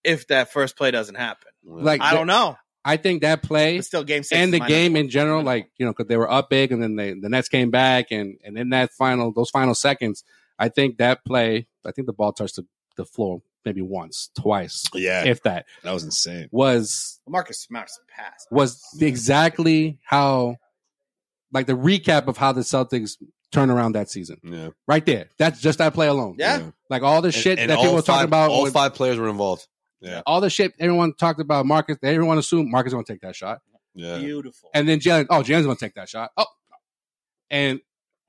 Speaker 2: if that first play doesn't happen?
Speaker 1: like
Speaker 2: I don't know.
Speaker 1: I think that play
Speaker 2: It's still game six.
Speaker 1: and the
Speaker 2: is my
Speaker 1: game
Speaker 2: number
Speaker 1: in general, like you know, because they were up big and then they, the Nets came back and and in that final those final seconds, I think that play, I think the ball touched the, the floor maybe once, twice,
Speaker 3: Yeah,
Speaker 1: if that
Speaker 3: that was insane.
Speaker 1: was
Speaker 2: one. Marcus Smart's pass.
Speaker 1: was exactly how like the recap of how the Celtics turn around that season.
Speaker 3: Yeah,
Speaker 1: Right there. That's just that play alone.
Speaker 2: Yeah.
Speaker 1: Like all the
Speaker 3: And-
Speaker 1: shit
Speaker 3: and
Speaker 1: that people
Speaker 3: all
Speaker 1: were
Speaker 3: five-
Speaker 1: talking about
Speaker 3: All
Speaker 1: with-
Speaker 3: five players were involved. Yeah,
Speaker 1: all the shit everyone talked about Marcus, everyone assumed Marcus is gonna take that shot.
Speaker 3: yeah.
Speaker 2: Beautiful.
Speaker 1: And then Jalen, oh, Jalen's gonna take that shot. Oh, and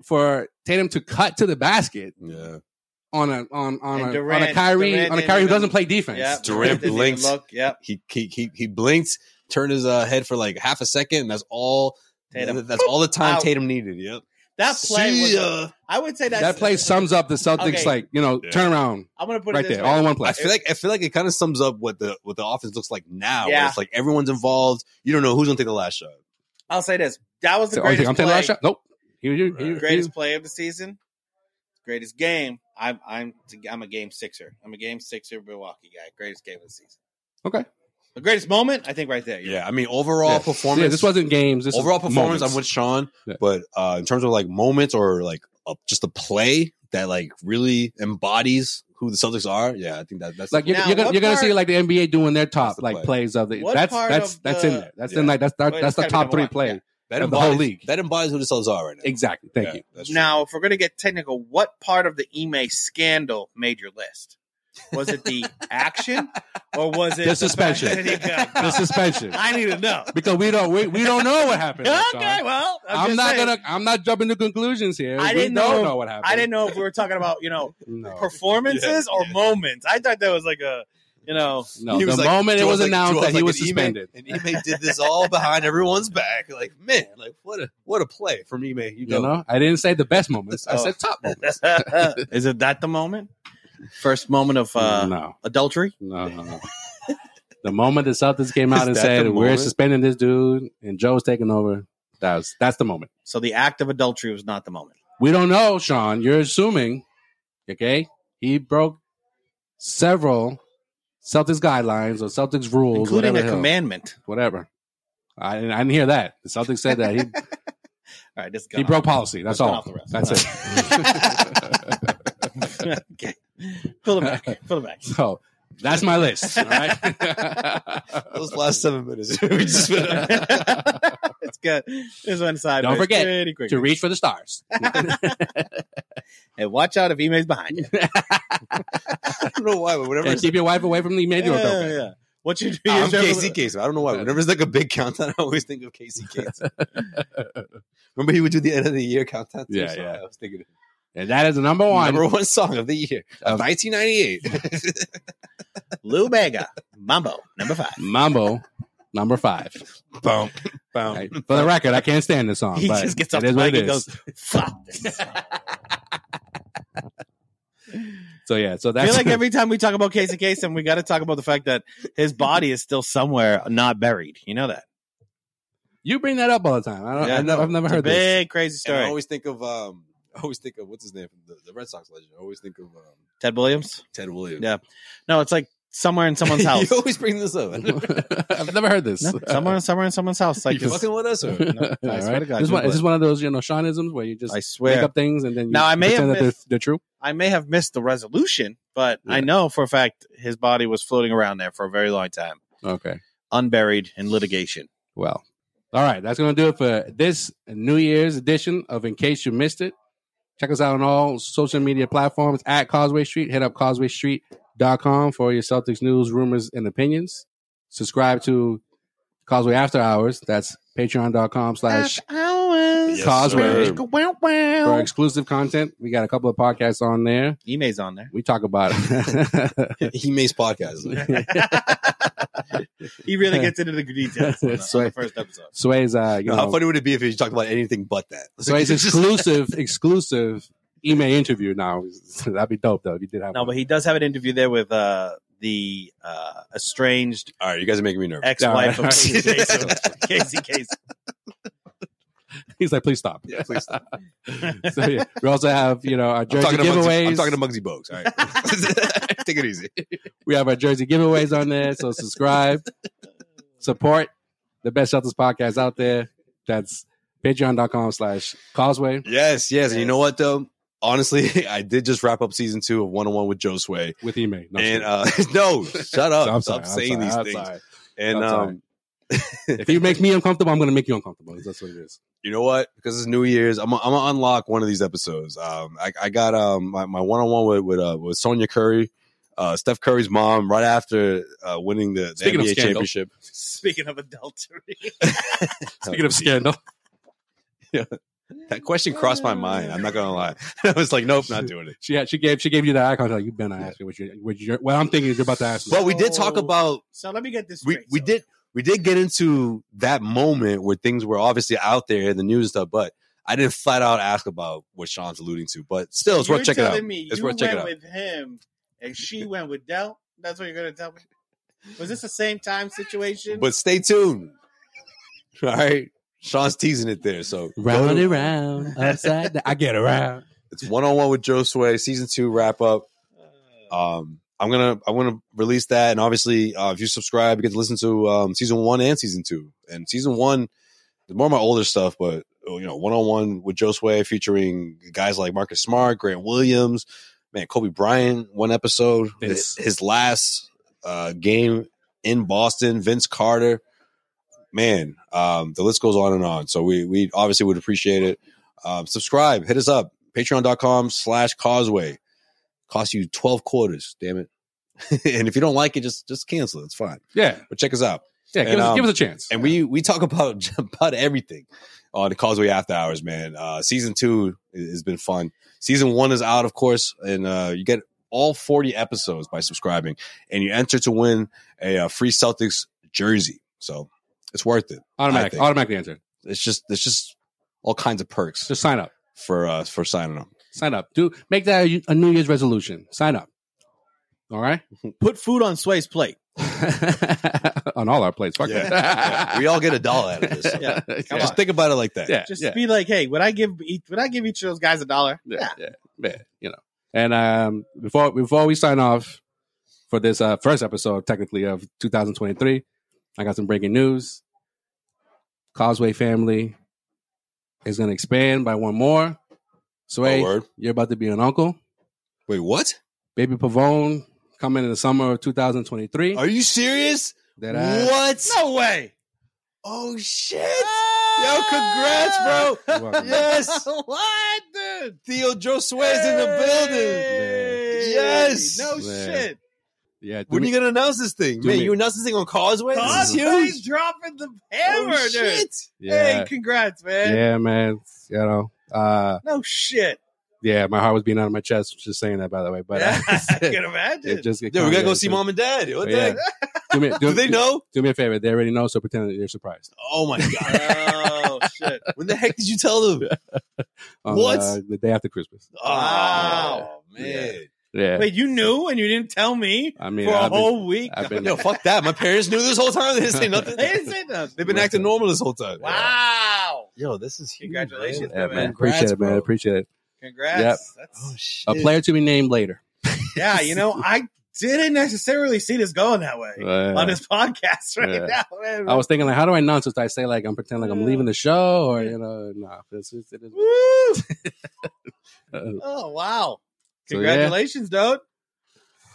Speaker 1: for Tatum to cut to the basket
Speaker 3: Yeah,
Speaker 1: on a on on
Speaker 2: And
Speaker 1: a
Speaker 2: Durant-
Speaker 1: on a Kyrie
Speaker 2: Durant
Speaker 1: on a
Speaker 2: didn't
Speaker 1: Kyrie who
Speaker 2: even-
Speaker 1: doesn't play defense.
Speaker 2: Yep.
Speaker 3: Durant
Speaker 2: Didn't even
Speaker 3: blinked.
Speaker 2: Look, yep.
Speaker 3: he he he, he blinked, turned his uh, head for like half a second, and that's all.
Speaker 2: Tatum.
Speaker 3: That's all the time
Speaker 2: Out.
Speaker 3: Tatum needed. Yep.
Speaker 2: That play
Speaker 3: See
Speaker 2: was.
Speaker 3: ya.
Speaker 2: I would say that's,
Speaker 1: That play sums up the Celtics
Speaker 2: Okay.
Speaker 1: like you know
Speaker 3: Yeah.
Speaker 1: turnaround
Speaker 2: I'm gonna put it
Speaker 1: right
Speaker 2: this
Speaker 1: there,
Speaker 2: way.
Speaker 1: all in one play.
Speaker 3: I feel like I feel like it kind of sums up what the what the offense looks like now. where
Speaker 2: Yeah.
Speaker 3: It's like everyone's involved. You don't know who's gonna take the last shot.
Speaker 2: I'll say this. That was the
Speaker 1: So, oh, you think
Speaker 2: greatest
Speaker 1: I'm taking
Speaker 2: play.
Speaker 1: that shot. Nope. He, he, he,
Speaker 3: Right.
Speaker 2: greatest play of the season, greatest game. I'm I'm I'm a game sixer. I'm a game sixer Milwaukee guy. Greatest game of the season.
Speaker 1: Okay.
Speaker 2: The greatest moment, I think, right there.
Speaker 3: Yeah, I mean overall
Speaker 1: Yeah.
Speaker 3: performance.
Speaker 1: Yeah, this wasn't games. This is
Speaker 3: overall performance.
Speaker 1: moments.
Speaker 3: I'm with Sean,
Speaker 1: Yeah.
Speaker 3: but uh, in terms of like moments or like a, just a play that like really embodies who the Celtics are. Yeah, I think that that's
Speaker 1: like you're,
Speaker 2: Now,
Speaker 1: you're gonna
Speaker 2: what
Speaker 1: you're gonna see
Speaker 2: part-
Speaker 1: like the NBA doing their top
Speaker 3: That's the
Speaker 1: like
Speaker 3: play.
Speaker 1: plays of the
Speaker 2: What
Speaker 1: that's
Speaker 2: part
Speaker 1: that's
Speaker 2: of
Speaker 1: that's
Speaker 2: the-
Speaker 1: in there. That's in
Speaker 3: Yeah.
Speaker 1: like that's that,
Speaker 2: Wait,
Speaker 1: that's
Speaker 2: that's
Speaker 1: the
Speaker 2: gotta be
Speaker 1: top
Speaker 2: number
Speaker 1: three
Speaker 2: one.
Speaker 1: play.
Speaker 2: Yeah.
Speaker 3: that
Speaker 1: of the whole
Speaker 3: embodies
Speaker 1: league.
Speaker 3: That embodies who the Celtics are right now.
Speaker 1: Exactly. Thank
Speaker 3: Yeah,
Speaker 1: you.
Speaker 3: that's true.
Speaker 2: Now, if we're gonna get technical, what part of the Ime scandal made your list? Was it the action or was
Speaker 1: The
Speaker 2: it fact
Speaker 1: suspension.
Speaker 2: that he got-
Speaker 1: the suspension
Speaker 2: I need to know.
Speaker 1: because we don't we, we don't know what happened.
Speaker 2: okay,
Speaker 1: Sean.
Speaker 2: well,
Speaker 1: I'm,
Speaker 2: just
Speaker 1: not
Speaker 2: saying.
Speaker 1: gonna I'm not jumping to conclusions here.
Speaker 2: I
Speaker 1: we
Speaker 2: didn't
Speaker 1: don't
Speaker 2: know-
Speaker 1: know what happened.
Speaker 2: I didn't know if we were talking about you know
Speaker 1: No.
Speaker 2: performances or moments. I thought that was like a you know.
Speaker 1: No,
Speaker 3: He
Speaker 1: the
Speaker 3: was like-
Speaker 1: moment it
Speaker 3: Joel's
Speaker 1: was
Speaker 3: like-
Speaker 1: announced
Speaker 3: Joel's
Speaker 1: that he
Speaker 3: like
Speaker 1: was
Speaker 3: an Ime-
Speaker 1: suspended.
Speaker 3: And Ime did this all behind everyone's back. Like, man, like what a what a play from Ime. You
Speaker 1: You
Speaker 3: know,
Speaker 1: know, I didn't say the best moments. I
Speaker 2: Oh.
Speaker 1: said top moments.
Speaker 2: Is it that the moment? First moment of uh,
Speaker 1: no,
Speaker 2: adultery.
Speaker 1: no, no, no. the moment the Celtics came out
Speaker 3: Is
Speaker 1: and
Speaker 3: that
Speaker 1: said
Speaker 3: the
Speaker 1: we're
Speaker 3: moment?
Speaker 1: suspending this dude and Joe's taking over, that's that's the moment.
Speaker 2: So the act of adultery was not the moment.
Speaker 1: We don't know, Sean. You're assuming, okay? He broke several Celtics guidelines or Celtics rules,
Speaker 2: including
Speaker 1: whatever.
Speaker 2: a
Speaker 1: the hell.
Speaker 2: commandment.
Speaker 1: whatever. I didn't, I didn't hear that. The Celtics said that he
Speaker 2: All right, this
Speaker 1: he broke policy. That's
Speaker 2: Gone
Speaker 1: all.
Speaker 2: off the rails.
Speaker 1: That's it.
Speaker 2: okay, pull it back, pull it back.
Speaker 1: so that's my list. All right.
Speaker 3: those last seven minutes. we just went-
Speaker 2: It's good. This one side.
Speaker 1: Don't forget
Speaker 2: pretty quick.
Speaker 1: to reach for the stars.
Speaker 2: And watch out if Ime's behind you.
Speaker 3: I don't know why, but whenever
Speaker 1: and
Speaker 3: it's,
Speaker 1: keep your wife away from the
Speaker 2: Yeah,
Speaker 1: Emmanuel
Speaker 2: yeah,
Speaker 1: Dope.
Speaker 2: yeah. What you do?
Speaker 3: I'm
Speaker 2: is never-
Speaker 3: Casey Kasem. I don't know why. Whenever it's like a big countdown, I always think of Casey Kasem. Remember he would do the end of the year countdown. too?
Speaker 1: Yeah,
Speaker 3: So
Speaker 1: yeah.
Speaker 3: I was thinking
Speaker 1: And that is the number one.
Speaker 3: number one song of the year, of 1998.
Speaker 2: Lou Bega, Mambo, number five.
Speaker 1: Mambo, number five.
Speaker 3: Boom, boom.
Speaker 1: Right? For the record, I can't stand this song.
Speaker 2: He
Speaker 1: but
Speaker 2: just gets
Speaker 1: it
Speaker 2: off the
Speaker 1: is what
Speaker 2: mic
Speaker 1: it
Speaker 2: and
Speaker 1: is.
Speaker 2: goes, "Fuck." This.
Speaker 1: So yeah, so
Speaker 2: I
Speaker 1: that's
Speaker 2: feel like every time we talk about Casey Kasem, we got to talk about the fact that his body is still somewhere not buried. You know that?
Speaker 1: you bring that up all the time. Uh, I don't,
Speaker 3: Yeah,
Speaker 1: I
Speaker 3: I know.
Speaker 1: have never
Speaker 2: It's a
Speaker 1: heard this.
Speaker 2: big crazy
Speaker 3: And I
Speaker 2: story.
Speaker 3: always think of um, I always think of what's his name from the, the Red Sox legend. I always think of um,
Speaker 2: Ted Williams.
Speaker 3: Ted Williams.
Speaker 2: Yeah. No, it's like somewhere in someone's house.
Speaker 3: you always bring this up.
Speaker 1: I've never heard this.
Speaker 2: No, somewhere, somewhere in someone's house. Like
Speaker 3: Like you
Speaker 2: this.
Speaker 3: fucking with us, or
Speaker 2: No, I swear to God,
Speaker 1: This
Speaker 2: you
Speaker 1: one,
Speaker 2: would.
Speaker 1: is this one of those you know Seanisms where you just
Speaker 2: I
Speaker 1: make
Speaker 2: swear,
Speaker 1: up things and then you
Speaker 2: Now, I may have
Speaker 1: pretend that they're,
Speaker 2: missed-
Speaker 1: they're true.
Speaker 2: I may have missed the resolution, but I know for a fact his body was floating around there for a very long time,
Speaker 1: Okay.
Speaker 2: unburied in litigation.
Speaker 1: Well, all right. That's going to do it for this New Year's edition of In Case You Missed It. Check us out on all social media platforms at Causeway Street. Hit up causewaystreet.com for your Celtics news, rumors, and opinions. Subscribe to Causeway After Hours. That's patreon.com slash
Speaker 2: hours.
Speaker 3: Yes,
Speaker 1: Causeway
Speaker 3: sir.
Speaker 2: Wow,
Speaker 1: for
Speaker 2: wow.
Speaker 1: exclusive content. We got a couple of podcasts on there.
Speaker 2: Ime's on there.
Speaker 1: We talk about it.
Speaker 3: he makes podcasts.
Speaker 2: He really gets into the details on the,
Speaker 1: That's right.
Speaker 2: on the first episode.
Speaker 1: Sway's, uh, you
Speaker 3: No, how
Speaker 1: know,
Speaker 3: funny would it be if he talked about anything but that?
Speaker 1: Sway's
Speaker 3: Just-
Speaker 1: exclusive, exclusive email interview now. That'd be dope, though, if you did have
Speaker 2: No,
Speaker 1: one.
Speaker 2: but he does have an interview there with uh, the uh, estranged
Speaker 3: All right, you guys are making me nervous.
Speaker 2: ex-wife
Speaker 1: All
Speaker 2: of
Speaker 1: right.
Speaker 2: Casey Kasem. Casey Kasem.
Speaker 1: He's like, please stop.
Speaker 3: Yeah, please. stop.
Speaker 1: so yeah, we also have you know our
Speaker 3: I'm
Speaker 1: jersey
Speaker 3: talking, to Muggsy,
Speaker 1: giveaways.
Speaker 3: I'm talking to Muggsy Bogues. All right, take it easy.
Speaker 1: we have our jersey giveaways on there. So subscribe, support the best Celtics podcast out there. That's patreon.com slash causeway.
Speaker 3: Yes, yes. And you
Speaker 2: Yes.
Speaker 3: know what though? Honestly, I did just wrap up season two of One on One with Joe Sway,
Speaker 1: with email. No,
Speaker 3: and uh, no, shut up!
Speaker 1: I'm sorry,
Speaker 3: Stop
Speaker 1: I'm
Speaker 3: saying
Speaker 1: sorry,
Speaker 3: these
Speaker 1: I'm
Speaker 3: things.
Speaker 1: sorry.
Speaker 3: And
Speaker 1: I'm sorry.
Speaker 3: um,
Speaker 1: if you make me uncomfortable, I'm going to make you uncomfortable. That's what it is.
Speaker 3: you know what? Because it's New Year's, I'm I'm gonna unlock one of these episodes. Um, I, I got um my one on one with with uh, with Sonia Curry, uh, Steph Curry's mom, right after uh, winning the, the
Speaker 1: Speaking of
Speaker 3: NBA
Speaker 1: scandal.
Speaker 3: championship.
Speaker 2: Speaking of adultery,
Speaker 1: Speaking of scandal,
Speaker 3: That question crossed my mind. I'm not gonna lie. I was like, nope, not doing it.
Speaker 1: she had, she gave she gave you the eye contact. Like, you better not ask me what you what you. Well, I'm thinking you're about to ask me.
Speaker 3: But we did talk
Speaker 2: So-
Speaker 3: about
Speaker 2: so let me get this
Speaker 3: we
Speaker 2: straight.
Speaker 3: we
Speaker 2: So-
Speaker 3: did we did get into that moment where things were obviously out there in the news and stuff, but I didn't flat out ask about what Sean's alluding to. But still, it's
Speaker 2: you're
Speaker 3: worth checking out.
Speaker 2: telling Me
Speaker 3: It's
Speaker 2: you
Speaker 3: worth checking
Speaker 2: went with him, and she went with Dell. That's what you're gonna tell me. Was this the same time situation?
Speaker 3: But stay tuned. All right. Sean's teasing it there. So
Speaker 1: Round and round, upside down. I get around.
Speaker 3: it's one on one with Joe Sway, season two wrap up.
Speaker 2: Uh,
Speaker 3: Um, I'm gonna I'm gonna release that, and obviously, uh, if you subscribe, you get to listen to um, season one and season two. And season one, is more of my older stuff, but oh, you know, one on one with Joe Sway, featuring guys like Marcus Smart, Grant Williams, man, Kobe Bryant. One episode,
Speaker 1: Vince.
Speaker 3: his, his last uh, game in Boston, Vince Carter. Man, um, the list goes on and on. So we we obviously would appreciate it. Um, subscribe, hit us up, patreon.com slash causeway. Cost you 12 quarters, damn it. and if you don't like it, just just cancel it. It's fine.
Speaker 1: Yeah,
Speaker 3: But check us out.
Speaker 1: yeah. Give,
Speaker 3: And,
Speaker 1: us,
Speaker 3: um,
Speaker 1: give us a chance.
Speaker 3: And we we talk about about everything on the Causeway After Hours, man. Uh, season two i- has been fun. Season one is out, of course, and uh, you get all forty episodes by subscribing, and you enter to win a, uh free Celtics jersey. So it's worth it. I
Speaker 1: Automatic,
Speaker 3: think-
Speaker 1: automatically answered.
Speaker 3: It's just it's just all kinds of perks
Speaker 1: Just sign up.
Speaker 3: for uh, for signing up.
Speaker 1: Sign up. Do make that a, a New Year's resolution. Sign up. All right.
Speaker 2: Put food on Sway's plate.
Speaker 1: On all our plates. Fuck
Speaker 3: Yeah.
Speaker 1: that.
Speaker 3: We all get a dollar out of this. So
Speaker 2: Yeah, come
Speaker 3: Just
Speaker 2: on.
Speaker 3: think about it like that.
Speaker 1: Yeah,
Speaker 2: Just
Speaker 1: yeah.
Speaker 2: be like, hey, would I give each, would I give each of those guys a dollar?
Speaker 1: yeah, yeah, yeah, you know. And um, before before we sign off for this uh, first episode, technically of 2023, I got some breaking news. Causeway family is going to expand by one more.
Speaker 3: Oh,
Speaker 1: Sway,
Speaker 3: word.
Speaker 1: you're about to be an uncle.
Speaker 3: Wait, what?
Speaker 1: Baby Pavone coming in the summer of 2023.
Speaker 3: Are you serious?
Speaker 1: That ass.
Speaker 3: What?
Speaker 2: No way. Ah!
Speaker 3: Oh shit! Yo, congrats, bro.
Speaker 1: You're welcome.
Speaker 3: Yes.
Speaker 2: what, dude?
Speaker 3: Theo Josue's in the building.
Speaker 2: Hey!
Speaker 3: Yes.
Speaker 2: No
Speaker 1: Man.
Speaker 2: shit.
Speaker 1: Yeah, do
Speaker 3: When are
Speaker 1: me-
Speaker 3: you gonna announce this thing,
Speaker 1: Do
Speaker 3: man?
Speaker 1: me-
Speaker 3: You announce this thing on Causeway? This is
Speaker 2: Cosby's
Speaker 3: huge.
Speaker 2: dropping the hammer,
Speaker 3: oh,
Speaker 2: dude.
Speaker 3: shit.
Speaker 1: yeah,
Speaker 2: Hey, congrats, man.
Speaker 1: yeah, man. You know, uh,
Speaker 2: No shit.
Speaker 1: yeah, my heart was beating out of my chest just saying that, by the way. But uh,
Speaker 2: Yeah, I can
Speaker 1: it
Speaker 2: imagine.
Speaker 1: just it
Speaker 3: Yeah, we gotta go
Speaker 1: kinda-
Speaker 3: see mom and dad. What the
Speaker 1: Oh, Yeah.
Speaker 3: heck?
Speaker 1: do me, do,
Speaker 3: Do they know?
Speaker 1: Do me a favor. They already know, so pretend that you're surprised.
Speaker 3: Oh my god!
Speaker 2: oh shit!
Speaker 3: when the heck did you tell them?
Speaker 1: On,
Speaker 3: What?
Speaker 1: uh, the day after Christmas.
Speaker 3: Oh
Speaker 2: Wow.
Speaker 3: man!
Speaker 1: Yeah.
Speaker 2: Wait, you knew and you didn't tell me
Speaker 1: I mean,
Speaker 2: for a
Speaker 1: I've been-
Speaker 2: whole week.
Speaker 1: I've been-
Speaker 3: Yo, fuck that! My parents knew this whole time. They didn't say nothing.
Speaker 2: They didn't say nothing.
Speaker 3: They've been acting normal this whole time.
Speaker 2: Wow!
Speaker 3: Yo, this is huge.
Speaker 2: Congratulations,
Speaker 1: yeah, man.
Speaker 2: man.
Speaker 1: Appreciate it, man.
Speaker 3: bro.
Speaker 1: Appreciate it.
Speaker 2: Congrats.
Speaker 1: Yep.
Speaker 2: That's-
Speaker 3: Oh shit!
Speaker 1: A player to be named later.
Speaker 2: yeah, you know, I didn't necessarily see this going that way
Speaker 1: Uh,
Speaker 2: on this podcast right
Speaker 1: Yeah.
Speaker 2: now. Man.
Speaker 1: I was thinking, like, how do I announce this? Do I say, like, I'm pretending like I'm leaving the show, or you know, nah. It's, it's, it is.
Speaker 2: Woo!
Speaker 1: Uh,
Speaker 2: Oh wow!
Speaker 1: So, yeah.
Speaker 2: Congratulations, dude.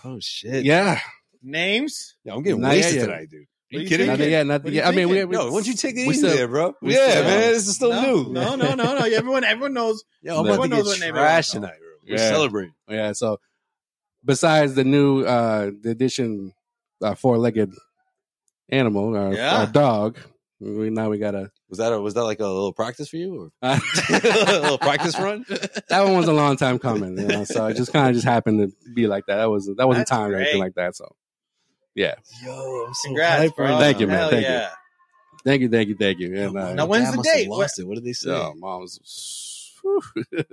Speaker 3: Oh shit!
Speaker 1: yeah.
Speaker 2: Names.
Speaker 3: Yo, I'm getting
Speaker 1: Not
Speaker 3: wasted
Speaker 1: yet.
Speaker 3: tonight, dude. Are
Speaker 2: What
Speaker 3: you
Speaker 2: you thinking?
Speaker 3: kidding? me?
Speaker 1: Nothing yet.
Speaker 2: What
Speaker 1: Nothing
Speaker 2: are
Speaker 1: yet.
Speaker 2: you
Speaker 1: I mean, we.
Speaker 2: thinking?
Speaker 1: we
Speaker 3: Yo, why don't you take it
Speaker 1: we
Speaker 3: easy
Speaker 1: still-
Speaker 3: there, bro?
Speaker 1: we
Speaker 3: yeah,
Speaker 1: still-
Speaker 3: man, this is still
Speaker 2: no,
Speaker 3: new.
Speaker 2: no, no, no, no. Everyone, everyone knows.
Speaker 3: Yo, I'm
Speaker 2: Everyone
Speaker 3: about to
Speaker 2: knows
Speaker 3: get
Speaker 2: what name
Speaker 3: trash
Speaker 2: it is.
Speaker 3: tonight. Bro. We're
Speaker 1: Yeah.
Speaker 3: celebrating.
Speaker 1: yeah. So, besides the new uh the addition, uh, four-legged animal, our,
Speaker 2: Yeah.
Speaker 1: our dog. We, now we got a.
Speaker 3: Was that a, was that like a little practice for you, or
Speaker 1: Uh,
Speaker 3: a little practice run?
Speaker 1: that one was a long time coming, you know. So it just kind of just happened to be like that. That was that wasn't
Speaker 2: That's
Speaker 1: timed or anything like
Speaker 2: great.
Speaker 1: that. So
Speaker 3: Yo, I'm so
Speaker 2: Congrats,
Speaker 3: hyped right
Speaker 2: bro.
Speaker 3: now.
Speaker 1: Thank you, man.
Speaker 2: Hell
Speaker 1: Thank you.
Speaker 2: yeah.
Speaker 1: thank you, thank you, thank you. And
Speaker 3: my
Speaker 1: uh,
Speaker 2: Now, when's
Speaker 3: dad
Speaker 2: the
Speaker 3: must have
Speaker 2: date?
Speaker 3: Lost it. What did they say?
Speaker 1: yeah, mom's. whew.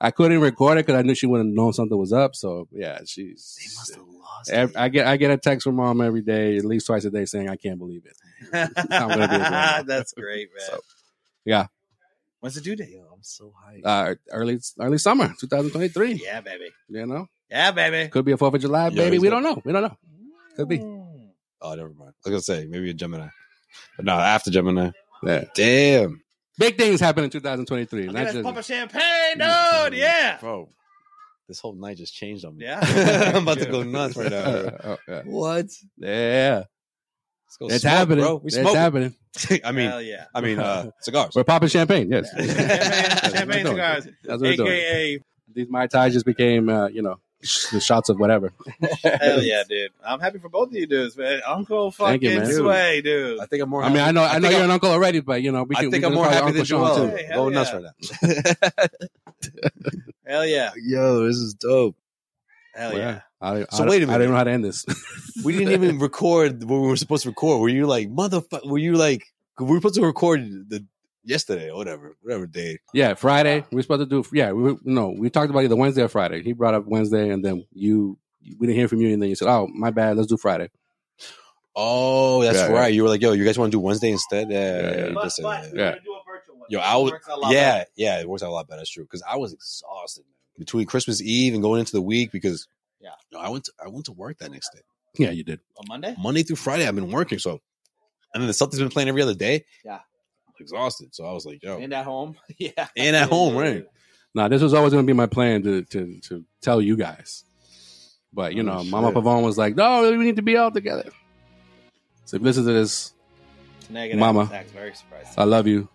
Speaker 1: I couldn't record it because I knew she wouldn't know something was up. So yeah,
Speaker 3: They
Speaker 1: she's.
Speaker 3: must have lost
Speaker 1: ev-
Speaker 3: it.
Speaker 1: I get I get a text from mom every day, at least twice a day, saying I can't believe it. gonna be a grandma.
Speaker 2: That's great, man.
Speaker 1: So, yeah.
Speaker 2: When's the due date?
Speaker 3: Yo, I'm so hyped.
Speaker 1: Uh, early early summer 2023.
Speaker 2: Yeah, baby.
Speaker 1: You know,
Speaker 2: Yeah, baby.
Speaker 1: could be a Fourth of July,
Speaker 3: Yo,
Speaker 1: baby.
Speaker 3: he's
Speaker 1: We
Speaker 3: got-
Speaker 1: don't know. We don't know. Could be.
Speaker 2: Mm.
Speaker 3: oh, never mind. I was gonna say maybe a Gemini, but no, after Gemini.
Speaker 1: Yeah.
Speaker 3: Damn,
Speaker 1: Big things happen in 2023.
Speaker 2: Look
Speaker 1: not
Speaker 2: at us
Speaker 1: just-
Speaker 2: pop a champagne, dude. Yeah.
Speaker 3: bro. This whole night just changed on me.
Speaker 2: Yeah.
Speaker 3: I'm about to go nuts right now. Bro.
Speaker 1: Oh, yeah.
Speaker 3: What?
Speaker 1: Yeah,
Speaker 3: Let's go
Speaker 1: it's
Speaker 3: smoke,
Speaker 1: happening.
Speaker 3: bro. We
Speaker 1: it's
Speaker 3: smoking.
Speaker 1: happening.
Speaker 3: I mean,
Speaker 2: Hell yeah.
Speaker 3: I mean, uh, cigars.
Speaker 1: We're popping champagne. Yes,
Speaker 2: Champagne, champagne
Speaker 1: That's what we're
Speaker 2: cigars,
Speaker 1: doing. That's what we're doing.
Speaker 2: aka
Speaker 1: These mai tais just became, uh, you know, the shots of whatever.
Speaker 2: hell yeah, dude. I'm happy for both of you dudes, man. Uncle
Speaker 1: Thank you,
Speaker 2: fucking
Speaker 1: man.
Speaker 2: Sway, dude.
Speaker 3: I think I'm more.
Speaker 1: I mean, I
Speaker 3: happy-
Speaker 1: know, I, know
Speaker 3: think
Speaker 1: you're an
Speaker 3: I'm-
Speaker 1: uncle already, but you know, we can.
Speaker 3: I think
Speaker 1: we can
Speaker 3: I'm more
Speaker 1: call you
Speaker 3: happy than
Speaker 1: Uncle Sean,
Speaker 3: Joel.
Speaker 2: too. Hey, hell
Speaker 3: Going nuts
Speaker 2: yeah.
Speaker 3: right now.
Speaker 2: Hell yeah,
Speaker 3: Yo, this is dope.
Speaker 2: hell
Speaker 1: Well,
Speaker 2: yeah.
Speaker 1: I, I,
Speaker 3: So wait a
Speaker 1: I
Speaker 3: minute.
Speaker 1: didn't know how to end this.
Speaker 3: We didn't even record what we were supposed to record. Were you like motherfucker? Were you like we were supposed to record the yesterday or whatever, whatever day?
Speaker 1: yeah, Friday we are supposed to do. Yeah, we were- no, we talked about either Wednesday or Friday. He brought up Wednesday, and then you we didn't hear from you, and then you said, "Oh, my bad, let's do Friday."
Speaker 3: Oh, that's
Speaker 1: Yeah, yeah.
Speaker 3: right. You were like, yo, you guys want to do Wednesday instead? Yeah,
Speaker 1: Yeah,
Speaker 3: yeah,
Speaker 1: yeah.
Speaker 3: you just said that.
Speaker 1: we're gonna
Speaker 2: do a virtual one.
Speaker 3: Yo, I would. Yeah, yeah, it works out a lot better. That's true. Because I was exhausted man. between Christmas Eve and going into the week because
Speaker 2: Yeah.
Speaker 3: no, I went to, I went to work that next day.
Speaker 1: Yeah, you did.
Speaker 2: on Monday.
Speaker 3: Monday through Friday, I've been working. So, and then the Celtics been playing every other day.
Speaker 2: Yeah.
Speaker 3: exhausted. So I was like, yo,
Speaker 2: And at home, yeah,
Speaker 3: Oh. and at home, right?
Speaker 1: Now, this was always going to be my plan to to to tell you guys, but you
Speaker 3: Oh,
Speaker 1: know,
Speaker 3: shit.
Speaker 1: Mama Pavone was like, "No, we need to be all together." So if you listen to this,
Speaker 2: Negative.
Speaker 1: Mama. Uh,
Speaker 2: That's very surprised.
Speaker 1: I love you,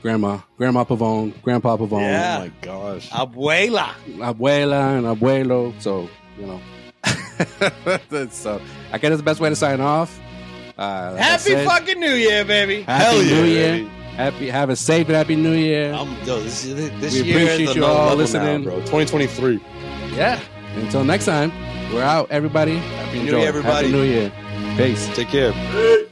Speaker 1: Grandma, Grandma Pavone, Grandpa Pavone,
Speaker 2: Yeah.
Speaker 3: Oh my gosh.
Speaker 2: Abuela.
Speaker 1: Abuela and Abuelo. So you know, so I guess that's the best way to sign off. Uh, like I
Speaker 2: Happy
Speaker 1: said,
Speaker 2: fucking New Year, baby.
Speaker 1: Happy
Speaker 3: Hell yeah,
Speaker 1: New Year.
Speaker 3: baby.
Speaker 1: Happy, have a safe and happy New Year.
Speaker 3: I'm, yo, this, this
Speaker 1: We
Speaker 3: year is
Speaker 1: appreciate you
Speaker 3: another
Speaker 1: all
Speaker 3: level
Speaker 1: listening.
Speaker 3: now, bro. 2023.
Speaker 1: yeah. Until next time, we're out, everybody.
Speaker 3: Oh. Happy New
Speaker 1: Enjoy.
Speaker 3: Year, everybody.
Speaker 1: Happy New Year. Peace.
Speaker 3: Take care.